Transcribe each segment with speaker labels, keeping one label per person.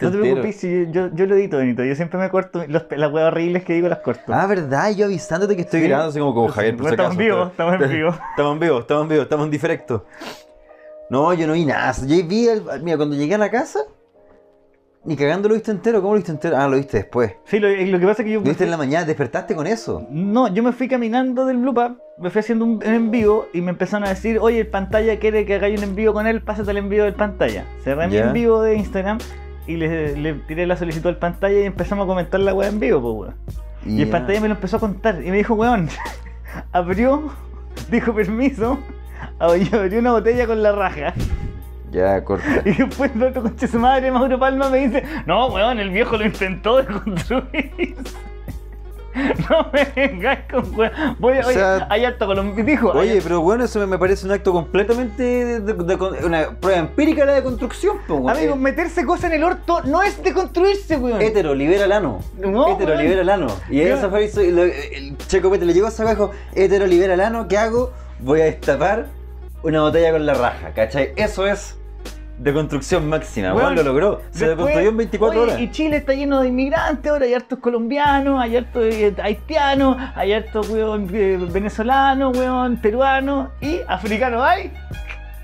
Speaker 1: No te
Speaker 2: entero.
Speaker 1: preocupes, si yo, yo, yo lo edito, Benito. Yo siempre me corto los- las weas horribles que digo, las corto.
Speaker 2: Ah, ¿verdad? Yo avisándote que estoy
Speaker 1: Sí.
Speaker 2: grabando, así como como Javier, por si
Speaker 1: Estamos en
Speaker 2: acaso,
Speaker 1: vivo,
Speaker 2: pero-
Speaker 1: estamos en vivo.
Speaker 2: Estamos en vivo, estamos en vivo, estamos en directo. No, yo no vi nada. Yo vi, el- mira, cuando llegué a la casa, ni cagando lo viste entero. ¿Cómo lo viste entero? Ah, lo viste después.
Speaker 1: Sí, lo, eh, lo que pasa es que yo.
Speaker 2: Lo viste en la mañana, despertaste con eso.
Speaker 1: No, yo me fui caminando del Blue Pub, me fui haciendo un, un envío y me empezaron a decir, oye, el pantalla quiere que hagáis un envío con él, pásate el envío del pantalla.
Speaker 2: Ya.
Speaker 1: Cerré mi envío de Instagram y le, le tiré la solicitud al pantalla y empezamos a comentar la wea en vivo, pues weón. Y el
Speaker 2: ya.
Speaker 1: pantalla me lo empezó a contar y me dijo, weón, abrió, dijo permiso, abrió abrió una botella con la raja.
Speaker 2: Ya, corta.
Speaker 1: Y después el otro coche su madre, Mauro Palma, me dice, no, weón, el viejo lo intentó desconstruir. No me vengáis con weón. Voy a,
Speaker 2: O
Speaker 1: oye,
Speaker 2: sea,
Speaker 1: hay harto colombiano. Dijo, hay
Speaker 2: Oye, pero bueno, eso me- me parece un acto completamente de, de- de- con- una prueba empírica la de construcción, po, weón.
Speaker 1: Amigo,
Speaker 2: Eh, Este
Speaker 1: meterse cosas en el orto no es deconstruirse, weón.
Speaker 2: Hétero, libera el ano.
Speaker 1: No,
Speaker 2: hétero,
Speaker 1: weón.
Speaker 2: libera el ano. Y
Speaker 1: Yo-
Speaker 2: esa fue eso, y lo- el Checo Pete le llegó a esa weá y dijo, hétero, libera el ano, ¿qué hago? Voy a destapar una botella con la raja, ¿cachai? Eso es deconstrucción máxima, weón
Speaker 1: Weón,
Speaker 2: lo logró. Se
Speaker 1: Después,
Speaker 2: deconstruyó en 24
Speaker 1: oye,
Speaker 2: horas.
Speaker 1: Y Chile está lleno de inmigrantes ahora, hay hartos colombianos, hay hartos eh, haitianos, hay hartos weón eh, venezolanos, weón peruanos y africanos hay.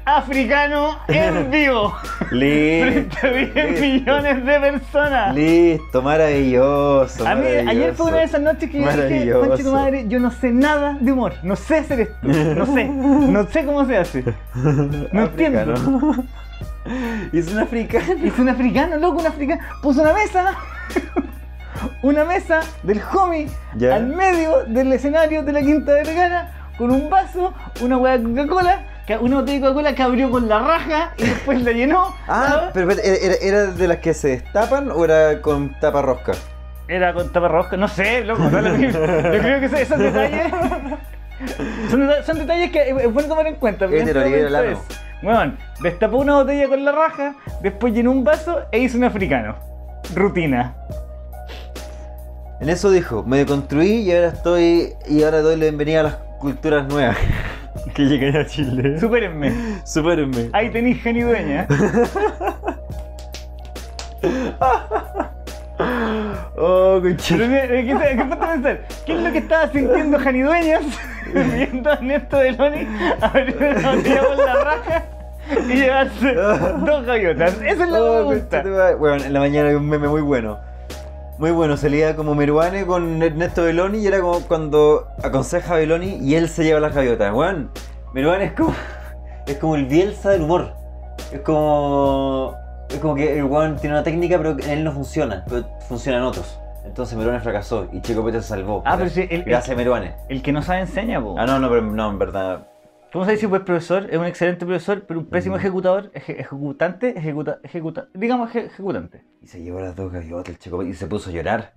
Speaker 1: Africano en vivo. Frente a 10 millones de personas.
Speaker 2: Listo, maravilloso.
Speaker 1: A mí, ayer fue una
Speaker 2: maravilloso.
Speaker 1: de esas noches que yo dije,
Speaker 2: Maravilloso.
Speaker 1: conche tu madre, yo no sé nada de humor, no sé hacer esto, no sé, no sé cómo se hace. No entiendo.
Speaker 2: Africano. es un africano.
Speaker 1: Es un africano, loco, un africano. Puso una mesa, una mesa del homie
Speaker 2: Ya.
Speaker 1: al medio del escenario de la Quinta de Vergara con un vaso, una hueá de Coca-Cola, que- una botella de Coca-Cola que abrió con la raja y después la llenó.
Speaker 2: Ah,
Speaker 1: ¿sabes?
Speaker 2: pero espérate, ¿era, era- era de las que se destapan o era con tapa rosca?
Speaker 1: Era con taparrosca, no sé, loco, no es lo mismo. Yo creo que esos, esos detalles. Son, deta- son detalles que es es bueno tomar en cuenta. porque
Speaker 2: Eh, te lo
Speaker 1: en este
Speaker 2: libero el
Speaker 1: momento es, Weón, destapó una botella con la raja, después llenó un vaso e hizo un africano. Rutina.
Speaker 2: En eso dijo, me deconstruí y ahora estoy. y ahora doy la bienvenida a las culturas nuevas. que llegan a Chile.
Speaker 1: Supérenme.
Speaker 2: Supérenme.
Speaker 1: Ahí tenéis genidueña.
Speaker 2: Oh, conchero.
Speaker 1: Pero mira, eh, ¿qué, te- qué ponte a pensar? ¿Qué es lo que estaba sintiendo Janidueñas viendo a Ernesto Deloni abrir una botella con la raja y llevarse dos gaviotas? Esa es la que
Speaker 2: Oh,
Speaker 1: me gusta.
Speaker 2: conchetumare. Bueno, en la mañana hay un meme muy bueno. Muy bueno, salía como Meruane con Ernesto Beloni y era como cuando aconseja a Beloni y él se lleva las gaviotas. Weón, Meruane es como. Es como el Bielsa del humor. Es como. Es como que el weón tiene una técnica, pero en él no funciona. Pero funcionan otros. Entonces Meruane fracasó y Chico Pete se salvó.
Speaker 1: Ah, pero sí, el-
Speaker 2: Gracias, Meruane.
Speaker 1: El que no sabe enseña, po.
Speaker 2: Ah, no, no, pero no, en verdad.
Speaker 1: Vamos a decir, pues, profesor, es un excelente profesor, pero un pésimo ejecutador, eje- ejecutante, ejecuta, ejecuta, digamos eje- ejecutante.
Speaker 2: Y se llevó las dos gaviotas el Chico Pete y se puso a llorar.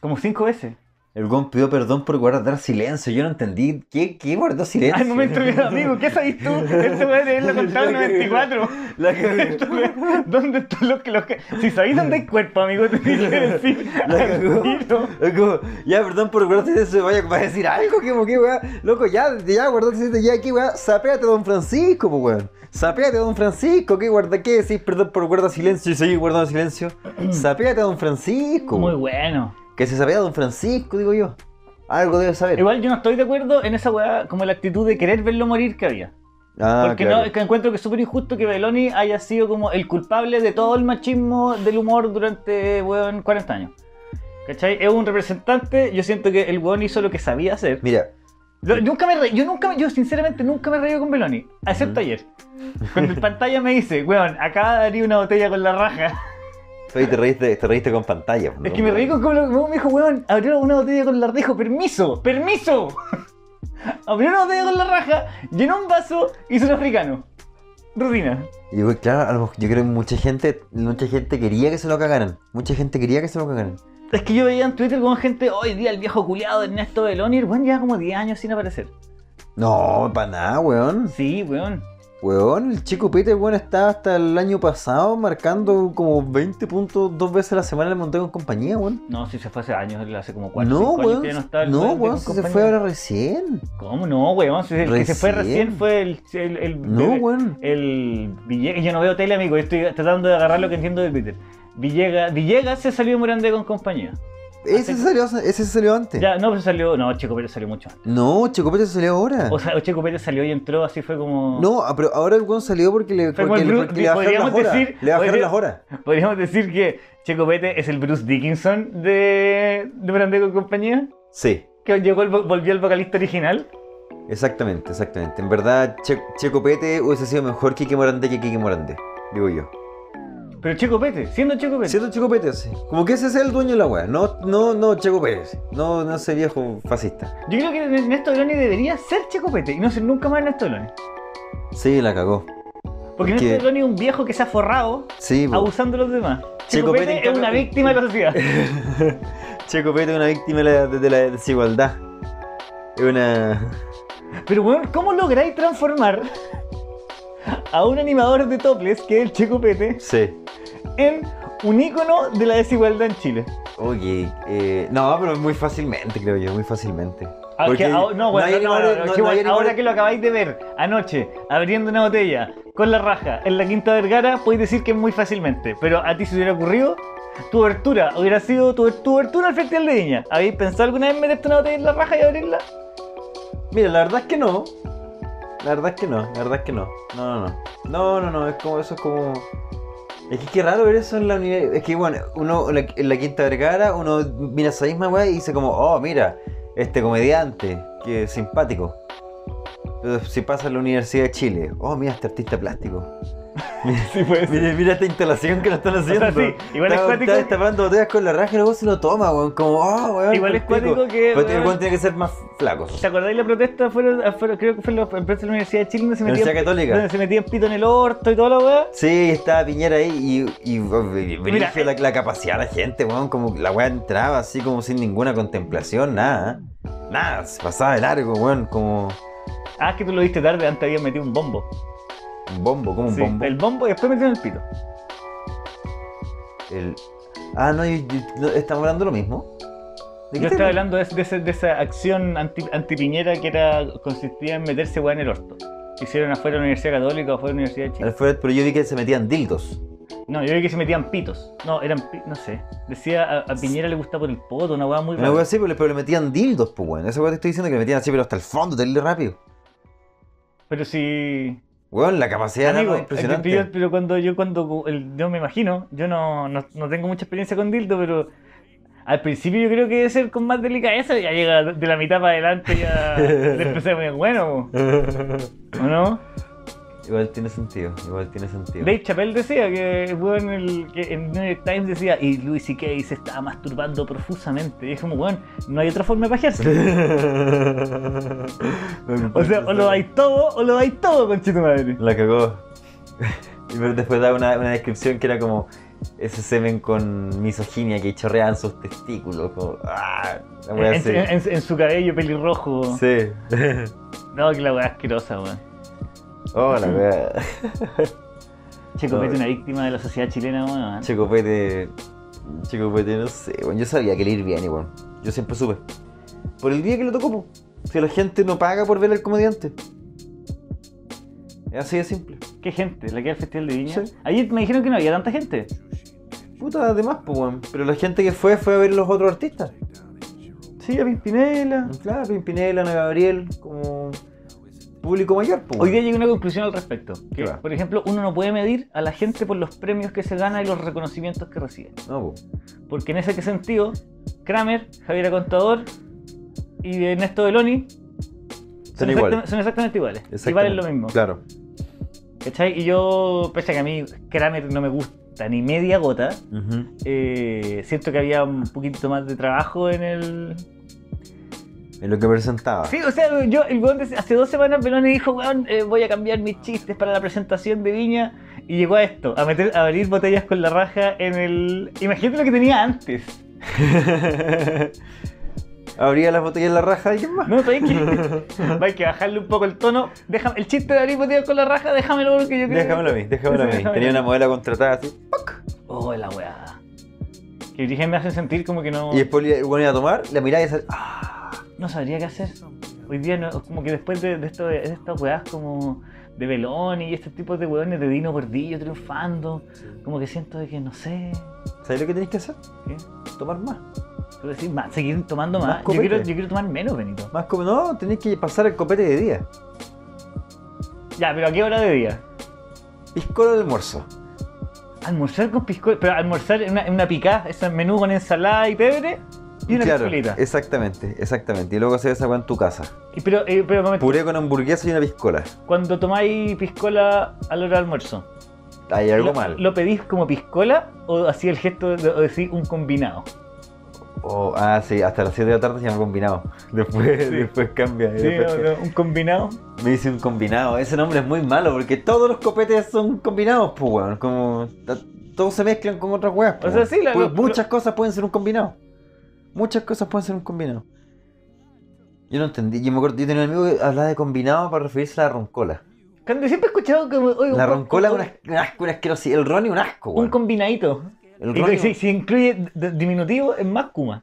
Speaker 1: Como cinco veces.
Speaker 2: El weón pidió perdón por guardar silencio. Yo no entendí. ¿Qué, qué guardó silencio?
Speaker 1: Al momento que amigo, ¿qué sabes tú? Este weón de haberlo contado en 94.
Speaker 2: La cagó.
Speaker 1: Este weón, ¿Dónde están los que los que.? Si sabéis dónde hay cuerpo, amigo, te tienes que decir.
Speaker 2: La cagó.
Speaker 1: al tiro.
Speaker 2: Es como, ya, perdón por guardar silencio. Vaya, va a decir algo. ¿Qué, qué weá? Loco, ya, ya, guardar silencio. Ya, qué weá. Sapéate, don Francisco, po, weón. Sapéate, don Francisco. ¿Qué guarda? ¿Qué decís? Perdón por guardar silencio y seguir guardando silencio. Sapéate, don Francisco.
Speaker 1: Muy bueno.
Speaker 2: Que se sapea don Francisco, digo yo. Algo debe saber.
Speaker 1: Igual yo no estoy de acuerdo en esa weá, como la actitud de querer verlo morir que había.
Speaker 2: Ah,
Speaker 1: Porque
Speaker 2: claro.
Speaker 1: no, es que encuentro que es súper injusto que Beloni haya sido como el culpable de todo el machismo del humor durante, weón, 40 años. ¿Cachai? Es un representante, yo siento que el weón hizo lo que sabía hacer.
Speaker 2: Mira,
Speaker 1: Lo- nunca me reí, yo nunca, me- yo sinceramente nunca me he reído con Beloni, excepto ayer. Cuando el pantalla me dice, weón, acaba de abrir una botella con la raja.
Speaker 2: Fabi, te reíste, te reíste con pantalla. pues,
Speaker 1: Es que me reí con como lo- me dijo, weón, abrió una botella con la raja, dijo, permiso, permiso. abrió una botella con la raja, llenó un vaso, hizo un africano. Rutina.
Speaker 2: Y güey, claro, a lo mejor- yo creo que mucha gente, mucha gente quería que se lo cagaran. Mucha gente quería que se lo cagaran.
Speaker 1: Es que yo veía en Twitter como gente, hoy día el viejo culiado de Ernesto Beloni, el weón lleva como 10 años sin aparecer.
Speaker 2: No, para nada, weón.
Speaker 1: Sí, weón.
Speaker 2: Weón, el chico Peter, weón, estaba hasta el año pasado marcando como 20 puntos dos veces a la semana en el Montego en compañía, weón.
Speaker 1: No, si se fue hace años, él hace como 4
Speaker 2: no,
Speaker 1: años
Speaker 2: weón.
Speaker 1: que ya no estaba el
Speaker 2: no,
Speaker 1: weón de
Speaker 2: weón,
Speaker 1: mi
Speaker 2: si se
Speaker 1: compañía.
Speaker 2: fue ahora recién.
Speaker 1: ¿Cómo no, weón? Si el que se fue recién
Speaker 2: Recién.
Speaker 1: fue el... el, el
Speaker 2: No,
Speaker 1: el-
Speaker 2: weón.
Speaker 1: El billete, yo no veo tele, amigo, yo estoy tratando de agarrar lo que entiendo de Twitter. Villegas, Villegas se salió Morandé con compañía.
Speaker 2: Ese
Speaker 1: eh, Hace-
Speaker 2: salió, ese salió antes.
Speaker 1: Ya, no, pero salió. No, Checo Pérez salió mucho antes.
Speaker 2: No, Checo Pérez salió ahora.
Speaker 1: O sea, Checo Pérez salió y entró, así fue como.
Speaker 2: no, ah, pero ahora el weón salió porque le,
Speaker 1: Fue como
Speaker 2: porque
Speaker 1: el
Speaker 2: le-
Speaker 1: Bru-
Speaker 2: porque le bajaron las
Speaker 1: podríamos
Speaker 2: horas.
Speaker 1: decir-
Speaker 2: le bajaron
Speaker 1: podría-
Speaker 2: las horas.
Speaker 1: Podríamos decir que Checo Pérez es el Bruce Dickinson de, de Morandé con compañía.
Speaker 2: Sí,
Speaker 1: Que llegó el vo- volvió el vocalista original.
Speaker 2: exactamente, exactamente. En verdad, Che- Checo Pérez hubiese sido mejor que Kike Morandé que Kike Morandé, digo yo.
Speaker 1: Pero Checo Pérez, siendo Checo Pérez.
Speaker 2: ¿Cierto Checo Pérez? Sí. Como que ese es el dueño de la weá. No, no, no, Checo Pérez. No, no ese viejo fascista.
Speaker 1: Yo creo que N- Néstor Loni debería ser Checo Pérez y no ser nunca más Néstor Loni.
Speaker 2: Sí, la cagó.
Speaker 1: Porque
Speaker 2: ¿Qué?
Speaker 1: Néstor Loni es un viejo que se ha forrado
Speaker 2: Sí, po.
Speaker 1: abusando de los demás. Checo
Speaker 2: Checo Pérez, en
Speaker 1: Pérez es una
Speaker 2: cambio-
Speaker 1: víctima de la sociedad.
Speaker 2: Checo Pérez es una víctima de la, de la desigualdad. Es una.
Speaker 1: Pero weón, ¿cómo lográis transformar a un animador de topless, que es el Checo Pete,
Speaker 2: Sí.
Speaker 1: en un ícono de la desigualdad en Chile?
Speaker 2: Oye, eh, no, pero muy fácilmente, creo yo, muy fácilmente.
Speaker 1: Ah,
Speaker 2: Porque
Speaker 1: que ahora- no, bueno,
Speaker 2: hay
Speaker 1: no, no,
Speaker 2: animales-
Speaker 1: no,
Speaker 2: no-
Speaker 1: que
Speaker 2: no hay
Speaker 1: bueno, ahora
Speaker 2: animales-
Speaker 1: que lo acabáis de ver anoche, abriendo una botella, con la raja, en la Quinta Vergara, podéis decir que es muy fácilmente. Pero a ti se hubiera ocurrido, tu abertura hubiera sido tu, tu abertura al Festival de Viña. ¿Habéis pensado alguna vez meterte una botella en la raja y abrirla?
Speaker 2: Mira, la verdad es que no. La verdad es que no, la verdad es que no. No, no, no. No, no, no, es como eso es como. Es que qué raro ver eso en la universidad. Es que bueno, uno en la, en la Quinta Vergara, uno mira esa misma weá y dice como, oh, mira, este comediante, que simpático. Pero si pasa en la Universidad de Chile, oh, mira este artista plástico.
Speaker 1: Sí, puede ser.
Speaker 2: Mira, mira esta instalación que lo están haciendo.
Speaker 1: sí, igual es
Speaker 2: Está-
Speaker 1: cuático
Speaker 2: Está
Speaker 1: que-
Speaker 2: destapando botellas con la raja y luego se lo toma, weón. Como, oh, weón.
Speaker 1: Igual es
Speaker 2: qué rico".
Speaker 1: cuático que,
Speaker 2: Pero el
Speaker 1: weón-
Speaker 2: weón tiene que ser más flaco.
Speaker 1: ¿Te acordáis la protesta? Fueron, afuera- creo que fue en la en plaza de la Universidad de Chile donde se
Speaker 2: Universidad
Speaker 1: metían, donde
Speaker 2: Católica.
Speaker 1: se metían pito en el orto y toda la weá.
Speaker 2: Sí, estaba Piñera ahí y, oh, y, y-
Speaker 1: Mira, eh,
Speaker 2: brígido la, la capacidad de la gente, weón. Como la weá entraba así como sin ninguna contemplación, nada. ¿eh? Nada, se pasaba de largo, weón. Como
Speaker 1: Ah, es que tú lo viste tarde, antes habían metido un bombo.
Speaker 2: un bombo, como un
Speaker 1: Sí,
Speaker 2: bombo.
Speaker 1: El bombo y después metieron el pito.
Speaker 2: El- Ah, no, yo- yo- no, estamos hablando lo mismo. ¿De
Speaker 1: Yo
Speaker 2: te-
Speaker 1: estaba hablando de, de ese- de esa acción anti, antipiñera que era, consistía en meterse weá en el orto. Hicieron afuera de la Universidad Católica o afuera de la Universidad de Chile.
Speaker 2: Alfred, pero yo vi que se metían dildos.
Speaker 1: No, yo vi que se metían pitos. No, eran pi- no sé. Decía a, a Piñera le gustaba por el poto, una weá muy
Speaker 2: Una wea
Speaker 1: rara.
Speaker 2: así, pero le, pero le metían dildos, pues, weón. Esa wea te estoy diciendo que le metían así, pero hasta el fondo, terrible rápido.
Speaker 1: Pero sí.
Speaker 2: Weón, la capacidad
Speaker 1: Amigo,
Speaker 2: era
Speaker 1: es que yo-
Speaker 2: impresionante.
Speaker 1: pero cuando yo cuando el- yo me imagino, yo no, no, no tengo mucha experiencia con dildo, pero al principio yo creo que debe ser con más delicadeza, ya llega de la mitad para adelante ya le empecé muy bueno, ¿o no?
Speaker 2: igual tiene sentido, igual tiene sentido.
Speaker 1: Dave Chappelle decía que, bueno, el, que en New York Times decía, y Louis C.K. se estaba masturbando profusamente. Y es como, bueno, no hay otra forma de pajearse. O sea, o lo dais todo, o lo dais todo, conchito madre.
Speaker 2: La cagó. Y pero después da una, una descripción que era como ese semen con misoginia que chorreaban sus testículos. Como, ah, la wea
Speaker 1: En,
Speaker 2: así.
Speaker 1: en- en su cabello pelirrojo.
Speaker 2: Sí.
Speaker 1: No, que la weá asquerosa, weón.
Speaker 2: Oh, la wea.
Speaker 1: Checo
Speaker 2: No,
Speaker 1: Pete,
Speaker 2: eh.
Speaker 1: una víctima de la sociedad chilena, weón. ¿eh?
Speaker 2: Chico Pete. Chico Pete, no sé, weón. Yo sabía que le ir bien, igual. Yo siempre supe. Por el día que lo tocó, po. Si la gente no paga por ver al comediante. Es así de simple.
Speaker 1: ¿Qué gente? ¿La que era el Festival de Viña?
Speaker 2: Sí.
Speaker 1: Ayer me dijeron que no había tanta gente.
Speaker 2: Puta, además, pues, weón. Pero la gente que fue, fue a ver los otros artistas.
Speaker 1: Sí, a Pimpinela.
Speaker 2: Claro, Pimpinela, Ana Gabriel, como público mayor, pues.
Speaker 1: Hoy día llegué a una conclusión al respecto. Que,
Speaker 2: ¿Qué va?
Speaker 1: por ejemplo, uno no puede medir a la gente por los premios que se gana y los reconocimientos que recibe.
Speaker 2: No, pues.
Speaker 1: Porque en ese que sentido, Kramer, Javier Contador y Ernesto Beloni
Speaker 2: Son iguales.
Speaker 1: son exactamente iguales. Y
Speaker 2: Exactamente.
Speaker 1: valen lo mismo.
Speaker 2: Claro.
Speaker 1: ¿Cachai? Y yo, pese a que a mí Kramer no me gusta ni media gota,
Speaker 2: Ujú.
Speaker 1: eh, siento que había un poquito más de trabajo en el,
Speaker 2: En lo que presentaba.
Speaker 1: Sí, o sea, yo, el weón de- hace dos semanas Beloni dijo, weón, eh, voy a cambiar mis chistes para la presentación de Viña. Y llegó a esto, a meter, a abrir botellas con la raja en el. Imagínate lo que tenía antes.
Speaker 2: Abría las botellas en la raja y quién más.
Speaker 1: No, sabéis que. Hay que bajarle un poco el tono. Déjame, el chiste de abrir botellas con la raja, déjamelo porque yo creo.
Speaker 2: Déjamelo a mí, déjamelo a mí.
Speaker 1: Déjamelo.
Speaker 2: Tenía una modela contratada así.
Speaker 1: Oh, la weá. Que origen me hacen sentir como que no.
Speaker 2: Y después el weón iba a tomar, la mirada y sale. Ah,
Speaker 1: No sabría qué hacer. Hoy día no, como que después de, de esto, de estas weás como de Beloni y este tipo de weones de Dino Gordillo triunfando. Como que siento de que no sé.
Speaker 2: ¿Sabes lo que tenés que hacer?
Speaker 1: ¿qué?
Speaker 2: Tomar más.
Speaker 1: Pero sí, más, seguir tomando
Speaker 2: Más
Speaker 1: más. yo,
Speaker 2: copete.
Speaker 1: quiero, yo quiero tomar menos, Benito.
Speaker 2: Más como, no, tenés que pasar el copete de día.
Speaker 1: Ya, pero ¿a qué hora de día?
Speaker 2: Piscola al almuerzo.
Speaker 1: Almorzar con piscola, pero almorzar en una, en una picá, ese menú con ensalada y pebre y una
Speaker 2: claro,
Speaker 1: piscolita.
Speaker 2: exactamente, exactamente. Y luego hacer esa agua en tu casa.
Speaker 1: Y Pero, eh, pero un momento,
Speaker 2: Puré con hamburguesa y una piscola.
Speaker 1: cuando tomáis piscola a la hora del almuerzo,
Speaker 2: Hay algo
Speaker 1: ¿lo,
Speaker 2: mal.
Speaker 1: ¿lo pedís como piscola o así el gesto de, o decís un combinado?
Speaker 2: O- ah, sí, hasta las 7 de la tarde se llama combinado. Después,
Speaker 1: Sí.
Speaker 2: después cambia.
Speaker 1: Sí,
Speaker 2: Eh, después
Speaker 1: o
Speaker 2: ca-
Speaker 1: no, un combinado.
Speaker 2: Me dice un combinado. Ese nombre es muy malo porque todos los copetes son combinados, pues, weón. Como. ta- Todos se mezclan con otras weas. po,
Speaker 1: O sea,
Speaker 2: weón.
Speaker 1: sí, la-
Speaker 2: Pues
Speaker 1: lo-
Speaker 2: Muchas cosas pueden ser un combinado. Muchas cosas pueden ser un combinado. Yo no entendí. Yo me acuerdo, yo tenía un amigo que hablaba de combinado para referirse a la roncola.
Speaker 1: Cuando siempre he escuchado como. oye,
Speaker 2: La
Speaker 1: un-
Speaker 2: roncola es
Speaker 1: un-
Speaker 2: una, as- un asco, una asquerosidad. El ron es un asco,
Speaker 1: Un
Speaker 2: weón.
Speaker 1: combinadito.
Speaker 2: El
Speaker 1: Y
Speaker 2: ron
Speaker 1: que
Speaker 2: es un-
Speaker 1: si, si incluye d- diminutivo, es más kuma.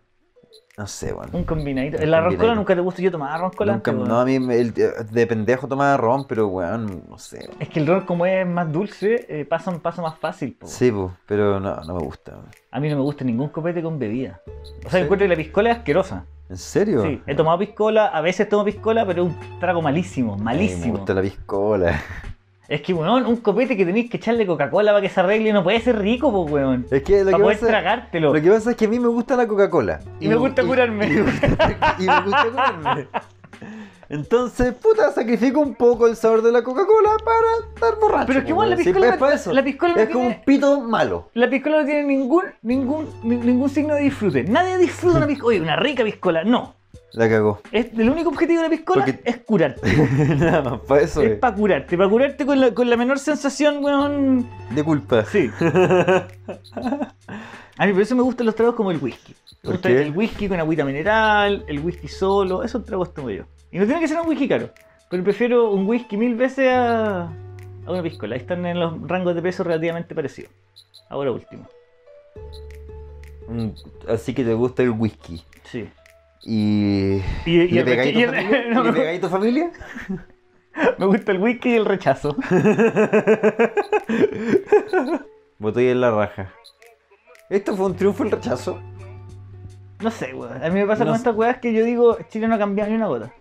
Speaker 2: No sé, weón.
Speaker 1: Un combinadito.
Speaker 2: Un
Speaker 1: La
Speaker 2: combinadito.
Speaker 1: roncola nunca te gustó. Yo tomaba roncola.
Speaker 2: Nunca-
Speaker 1: antes,
Speaker 2: no,
Speaker 1: weón.
Speaker 2: a mí me- el- eh, de pendejo tomaba ron, pero weón, no sé. weón.
Speaker 1: Es que el ron, como es más dulce, eh, pasa un paso más fácil. po.
Speaker 2: Sí, pues, pero no, no me gusta. weón.
Speaker 1: A mí no me gusta ningún copete con bebida. O sea,
Speaker 2: Sí.
Speaker 1: encuentro que la piscola es asquerosa.
Speaker 2: ¿En serio?
Speaker 1: Sí, he tomado piscola, a veces tomo piscola, pero es un trago malísimo,
Speaker 2: Ay, me
Speaker 1: malísimo.
Speaker 2: gusta la piscola.
Speaker 1: Es que, weón, un copete que tenéis que echarle Coca-Cola para que se arregle no puede ser rico, pues, weón.
Speaker 2: Es que lo
Speaker 1: Para
Speaker 2: que,
Speaker 1: poder
Speaker 2: pasa,
Speaker 1: tragártelo.
Speaker 2: lo que pasa es que a mí me gusta la Coca-Cola.
Speaker 1: Y me gusta curarme.
Speaker 2: Y, me gusta- y me gusta curarme. Entonces, puta, sacrifico un poco el sabor de la Coca-Cola para estar borracho.
Speaker 1: Pero es que,
Speaker 2: pues,
Speaker 1: weón, la
Speaker 2: sí,
Speaker 1: piscola
Speaker 2: es
Speaker 1: no-
Speaker 2: para eso.
Speaker 1: la piscola no
Speaker 2: es como
Speaker 1: tiene-
Speaker 2: un pito malo.
Speaker 1: La piscola no tiene ningún, ningún, ni- ningún signo de disfrute. Nadie disfruta una piscola. Oye, una rica piscola. No.
Speaker 2: La cagó.
Speaker 1: Es, el único objetivo de la piscola
Speaker 2: Porque-
Speaker 1: es curarte.
Speaker 2: Nada más, para eso
Speaker 1: Es
Speaker 2: es.
Speaker 1: para curarte. Para curarte con la, con la menor sensación, weón.
Speaker 2: De culpa.
Speaker 1: Sí. A mí por eso me gustan los tragos como el whisky. Me
Speaker 2: ¿Por
Speaker 1: gusta
Speaker 2: qué?
Speaker 1: el whisky con agüita mineral, el whisky solo, esos tragos tomo yo. Y no tiene que ser un whisky caro, pero prefiero un whisky mil veces a, a una piscola. Ahí están en los rangos de peso relativamente parecidos. Ahora último.
Speaker 2: Mm, Así que te gusta el whisky.
Speaker 1: Sí.
Speaker 2: Y.
Speaker 1: Y- y
Speaker 2: ¿Le
Speaker 1: el
Speaker 2: pegáis a tu
Speaker 1: reche- y el-
Speaker 2: familia?
Speaker 1: no,
Speaker 2: ¿Le
Speaker 1: no.
Speaker 2: pegáis a tu familia?
Speaker 1: Me gusta el whisky y el rechazo.
Speaker 2: Botella en la raja. Esto fue un triunfo el rechazo.
Speaker 1: No sé, weón. A mí me pasa
Speaker 2: No
Speaker 1: con
Speaker 2: sé.
Speaker 1: estas weas que yo digo, Chile no ha cambiado ni una gota.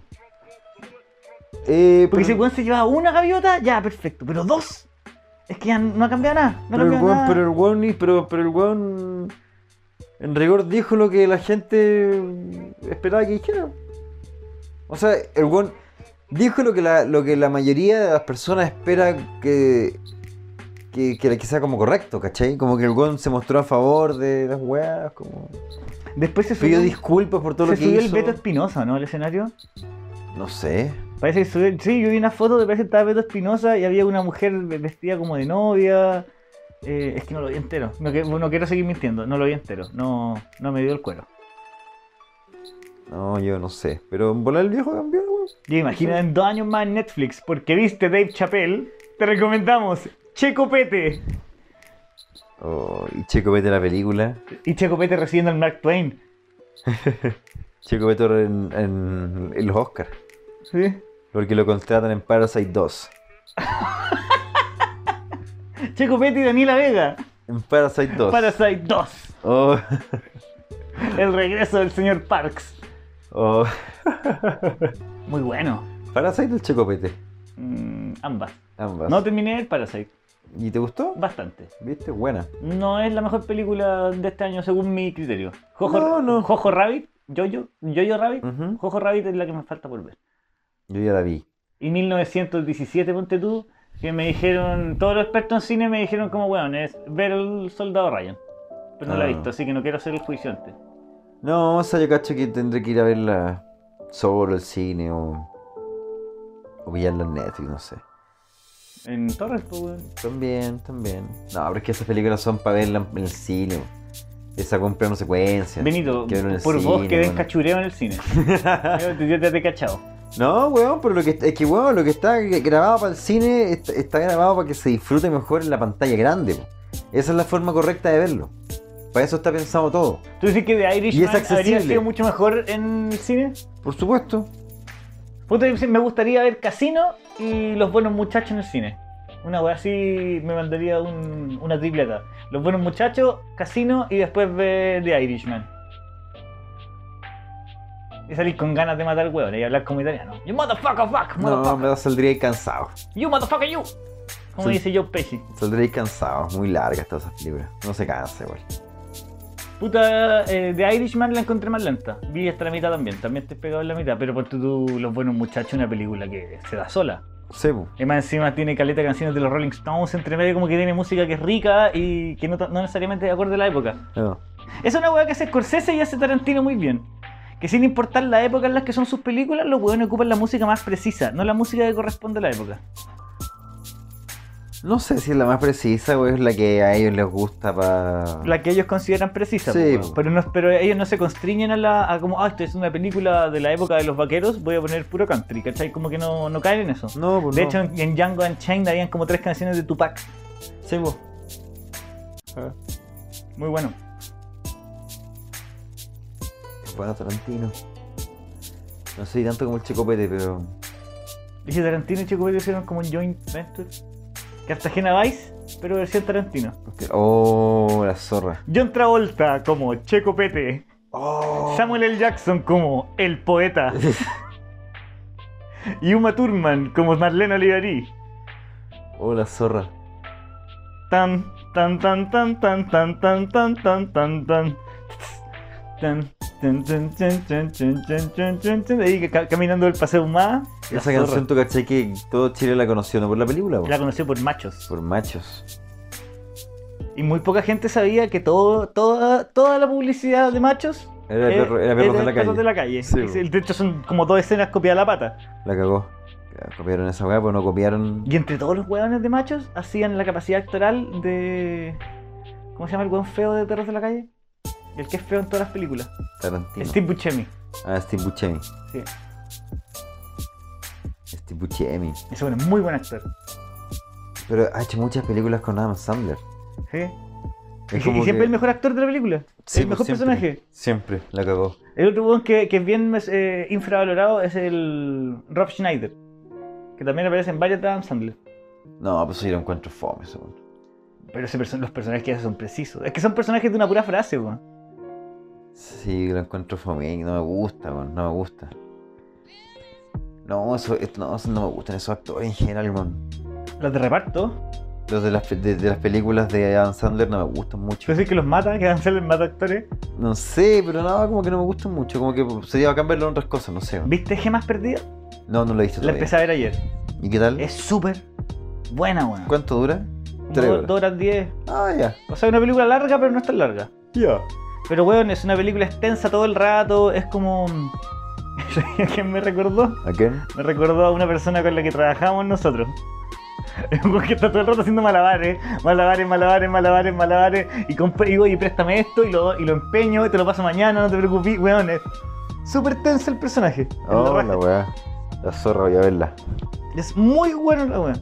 Speaker 2: Eh,
Speaker 1: Porque si el
Speaker 2: pero,
Speaker 1: weón se lleva una gaviota, ya, perfecto. Pero dos, es que ya no ha cambiado nada. No ha
Speaker 2: pero el
Speaker 1: cambiado
Speaker 2: weón,
Speaker 1: nada.
Speaker 2: pero el weón, y- pero, pero el weón, en rigor dijo lo que la gente esperaba que dijera. O sea, el weón dijo lo que la, lo que la mayoría de las personas espera que, que, que, que sea como correcto, ¿cachai? Como que el weón se mostró a favor de las weas, como...
Speaker 1: Después se
Speaker 2: Pidió
Speaker 1: subió,
Speaker 2: disculpas por todo
Speaker 1: se
Speaker 2: lo que
Speaker 1: subió el
Speaker 2: hizo.
Speaker 1: Beto Espinosa, ¿no? Al escenario.
Speaker 2: No sé.
Speaker 1: Parece que subió- Sí, yo vi una foto de parece que estaba Beto Espinosa y había una mujer ve- vestida como de novia. Eh, es que no lo vi entero. No, que- no quiero seguir mintiendo, no lo vi entero. No, no me dio el cuero.
Speaker 2: No, yo no sé. Pero en volar el viejo cambió, weón.
Speaker 1: Yo imagino en dos años más en Netflix, porque viste Dave Chappelle, te recomendamos Checo Pete.
Speaker 2: Oh, y Checo vete a la película.
Speaker 1: Y Checo Pete recibiendo al Mark Twain.
Speaker 2: Checo Beto en, en, en los Oscars.
Speaker 1: ¿Sí?
Speaker 2: Porque lo contratan en Parasite 2.
Speaker 1: Checo Pete y Daniela Vega.
Speaker 2: En Parasite 2.
Speaker 1: Parasite 2.
Speaker 2: Oh,
Speaker 1: El regreso del señor Parks.
Speaker 2: oh.
Speaker 1: Muy bueno.
Speaker 2: Parasite o Checo Pete.
Speaker 1: Mm, ambas.
Speaker 2: Ambas.
Speaker 1: No terminé el Parasite.
Speaker 2: ¿Y te gustó?
Speaker 1: Bastante.
Speaker 2: ¿Viste? Buena.
Speaker 1: No es la mejor película de este año según mi criterio. Jojo,
Speaker 2: No, no.
Speaker 1: Jojo Rabbit, Jojo, Jojo Rabbit,
Speaker 2: Ujú.
Speaker 1: Jojo Rabbit es la que me falta por ver.
Speaker 2: Yo ya la vi.
Speaker 1: Y 1917, ponte tú, que me dijeron, todos los expertos en cine me dijeron como, weón, es ver el soldado Ryan. Pero no la
Speaker 2: Ah.
Speaker 1: he visto, así que no quiero ser el juicio antes.
Speaker 2: No, o sea, yo cacho que tendré que ir a verla solo al cine o. O pillarla en Netflix, no sé.
Speaker 1: En Torres, pues, weón.
Speaker 2: También, también. No, pero es que esas películas son para verla en el cine. Esa compra no secuencias.
Speaker 1: Benito,
Speaker 2: que verlo en el
Speaker 1: por vos
Speaker 2: cine,
Speaker 1: que den
Speaker 2: bueno.
Speaker 1: cachureo en el cine. yo, te- yo te, te he cachado.
Speaker 2: No, weón, pero lo que, es que, weón, lo que está grabado para el cine está, está grabado para que se disfrute mejor en la pantalla grande. po. Esa es la forma correcta de verlo. Para eso está pensado todo.
Speaker 1: ¿Tú dices que The Irishman
Speaker 2: accesible.
Speaker 1: habría sido mucho mejor en el cine?
Speaker 2: Por supuesto.
Speaker 1: Puta, sí, me gustaría ver Casino y Los Buenos Muchachos en el cine. Una wea así me mandaría un- una tripleta. Los Buenos Muchachos, Casino y después ver The Irishman. Y salir con ganas de matar hueones y hablar como italiano. You motherfucker, fuck,
Speaker 2: No,
Speaker 1: motherfucker.
Speaker 2: me saldría ahí cansado.
Speaker 1: You motherfucker, you. Como
Speaker 2: Sí.
Speaker 1: dice Joe Pesci.
Speaker 2: Saldría ahí cansado. Muy largas todas esas películas. No se cansa igual.
Speaker 1: Puta, eh, The Irishman la encontré más lenta. Vi hasta la mitad también. También estoy pegado en la mitad. Pero por tú, Los Buenos Muchachos, una película que se da sola.
Speaker 2: Sí, pu.
Speaker 1: Y más encima tiene caleta de canciones de los Rolling Stones, entre medio como que tiene música que es rica y que no, ta- no necesariamente es acorde a la época.
Speaker 2: No.
Speaker 1: Es una weá que hace Scorsese y hace Tarantino muy bien. Que sin importar la época en las que son sus películas, los weones ocupan la música más precisa, no la música que corresponde a la época.
Speaker 2: No sé si es la más precisa o es la que a ellos les gusta para.
Speaker 1: La que ellos consideran precisa.
Speaker 2: Sí,
Speaker 1: pues,
Speaker 2: po.
Speaker 1: weón. pero, no, pero ellos no se constriñen a la. A como, ah, esto es una película de la época de los vaqueros, voy a poner puro country, ¿cachai? Como que no, no caen en eso.
Speaker 2: No, pues
Speaker 1: de
Speaker 2: no.
Speaker 1: hecho, en, en Django Unchained habían como tres canciones de Tupac.
Speaker 2: Sí, pu. Ah,
Speaker 1: Muy bueno.
Speaker 2: Bueno, Tarantino. No soy tanto como el Checopete, pero.
Speaker 1: Y si Tarantino y Chico Pérez hicieron como un joint venture. Cartagena Vice, pero versión Tarantino.
Speaker 2: Oh, la zorra.
Speaker 1: John Travolta como Checo Pete.
Speaker 2: Oh.
Speaker 1: Samuel L. Jackson como El Poeta. y Uma Thurman como Marlene Olivari.
Speaker 2: Oh, la zorra.
Speaker 1: Tan, tan, tan, tan, tan, tan, tan, tan, tan, tan, tan. Tan, tan, tan, tan, tan, tan, tan, tan, tan, tan. Ahí ca- caminando el paseo más.
Speaker 2: Esa canción, tú caché que todo Chile la conoció, ¿no? Por la película, po?
Speaker 1: La conoció por machos.
Speaker 2: Por machos.
Speaker 1: Y muy poca gente sabía que todo, toda, toda la publicidad de machos
Speaker 2: Era,
Speaker 1: eh,
Speaker 2: perro, era perros
Speaker 1: era
Speaker 2: de la
Speaker 1: perros
Speaker 2: calle.
Speaker 1: de la calle.
Speaker 2: Sí,
Speaker 1: Es-
Speaker 2: bo.
Speaker 1: de hecho, son como dos escenas copiadas a la pata.
Speaker 2: La cagó. Copiaron esa weá, pues no copiaron.
Speaker 1: Y entre todos los hueones de machos hacían la capacidad actoral de. ¿Cómo se llama el hueón feo de perros de la calle? El que es feo en todas las películas.
Speaker 2: Tarantino.
Speaker 1: Steve Buscemi.
Speaker 2: Ah, Steve Buscemi.
Speaker 1: Sí.
Speaker 2: Steve Buscemi.
Speaker 1: Ese bueno, es muy buen actor.
Speaker 2: Pero ha hecho muchas películas con Adam Sandler.
Speaker 1: ¿sí? Y,
Speaker 2: Es
Speaker 1: si- y
Speaker 2: como
Speaker 1: siempre
Speaker 2: que-
Speaker 1: el mejor actor de la película.
Speaker 2: Sí,
Speaker 1: el
Speaker 2: pues,
Speaker 1: mejor
Speaker 2: siempre.
Speaker 1: personaje.
Speaker 2: Siempre. La cagó.
Speaker 1: El otro hueón que, que es bien eh, infravalorado es el Rob Schneider. Que también aparece en varias de Adam Sandler.
Speaker 2: No, pues sí, lo encuentro fome, ese weón.
Speaker 1: Pero ese perso- los personajes que hace son precisos. Es que son personajes de una pura frase, weón.
Speaker 2: Sí, lo encuentro fome y no me gusta, weón, no me gusta. No, eso, esto- no, eso no me gustan esos actores en general, weón.
Speaker 1: Los de reparto.
Speaker 2: Los de las, pe- de, de las películas de Adam Sandler no me gustan mucho.
Speaker 1: Yo sé que los mata, que Adam Sandler mata actores.
Speaker 2: No sé, pero no, como que no me gustan mucho. Como que sería bacán verlo en otras cosas, no sé. weón.
Speaker 1: ¿Viste Gemas Perdidas?
Speaker 2: No, no lo he visto
Speaker 1: La
Speaker 2: todavía.
Speaker 1: empecé a ver ayer.
Speaker 2: ¿Y qué tal?
Speaker 1: Es súper buena, weón.
Speaker 2: ¿Cuánto dura?
Speaker 1: Como
Speaker 2: Tres
Speaker 1: dos-
Speaker 2: horas.
Speaker 1: dos horas diez.
Speaker 2: Ah, ya.
Speaker 1: O sea, una película larga, pero no es tan larga.
Speaker 2: Ya.
Speaker 1: Pero, weón, es una película extensa todo el rato. Es como. ¿Sabía quién me recordó?
Speaker 2: ¿A quién?
Speaker 1: Me recordó a una persona con la que trabajamos nosotros. Es un weón que está todo el rato haciendo malabares, malabares, malabares, malabares, malabares. Y compré, y, oye, préstame esto y lo, y lo empeño, y te lo paso mañana, no te preocupes, weón. Es súper tenso el personaje. Es la
Speaker 2: Oh,
Speaker 1: raja.
Speaker 2: la weá. La zorra, voy a verla.
Speaker 1: Es muy bueno la weón.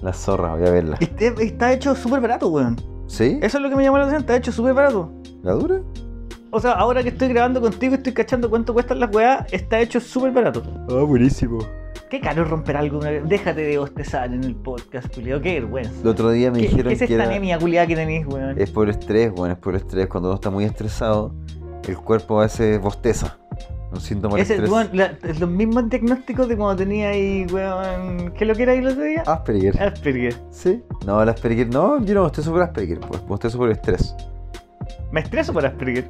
Speaker 2: La zorra, voy a verla.
Speaker 1: Y te- y está hecho súper barato, weón.
Speaker 2: ¿Sí?
Speaker 1: Eso es lo que me llamó la atención, está hecho súper barato.
Speaker 2: ¿La dura?
Speaker 1: O sea, ahora que estoy grabando contigo y estoy cachando cuánto cuestan las weas, está hecho súper barato.
Speaker 2: Ah, buenísimo.
Speaker 1: Qué caro romper algo. una- Déjate de bostezar en el podcast, culiao. Qué vergüenza.
Speaker 2: El otro día me
Speaker 1: ¿Qué,
Speaker 2: dijeron
Speaker 1: qué es
Speaker 2: que
Speaker 1: esta
Speaker 2: era...
Speaker 1: anemia culiada que tenéis, weón?
Speaker 2: Es por estrés, bueno, es por estrés. Cuando uno está muy estresado, el cuerpo a veces bosteza. Un síntoma de
Speaker 1: Es el,
Speaker 2: estrés.
Speaker 1: weón, la- es los mismos diagnósticos de cuando tenía ahí, weón. ¿Qué lo que era ahí el otro
Speaker 2: Ah.
Speaker 1: día?
Speaker 2: Asperger.
Speaker 1: Asperger.
Speaker 2: Sí. No, el Asperger. No, yo no bostezo por Asperger. Pues bostezo por estrés.
Speaker 1: Me estreso por Asperger.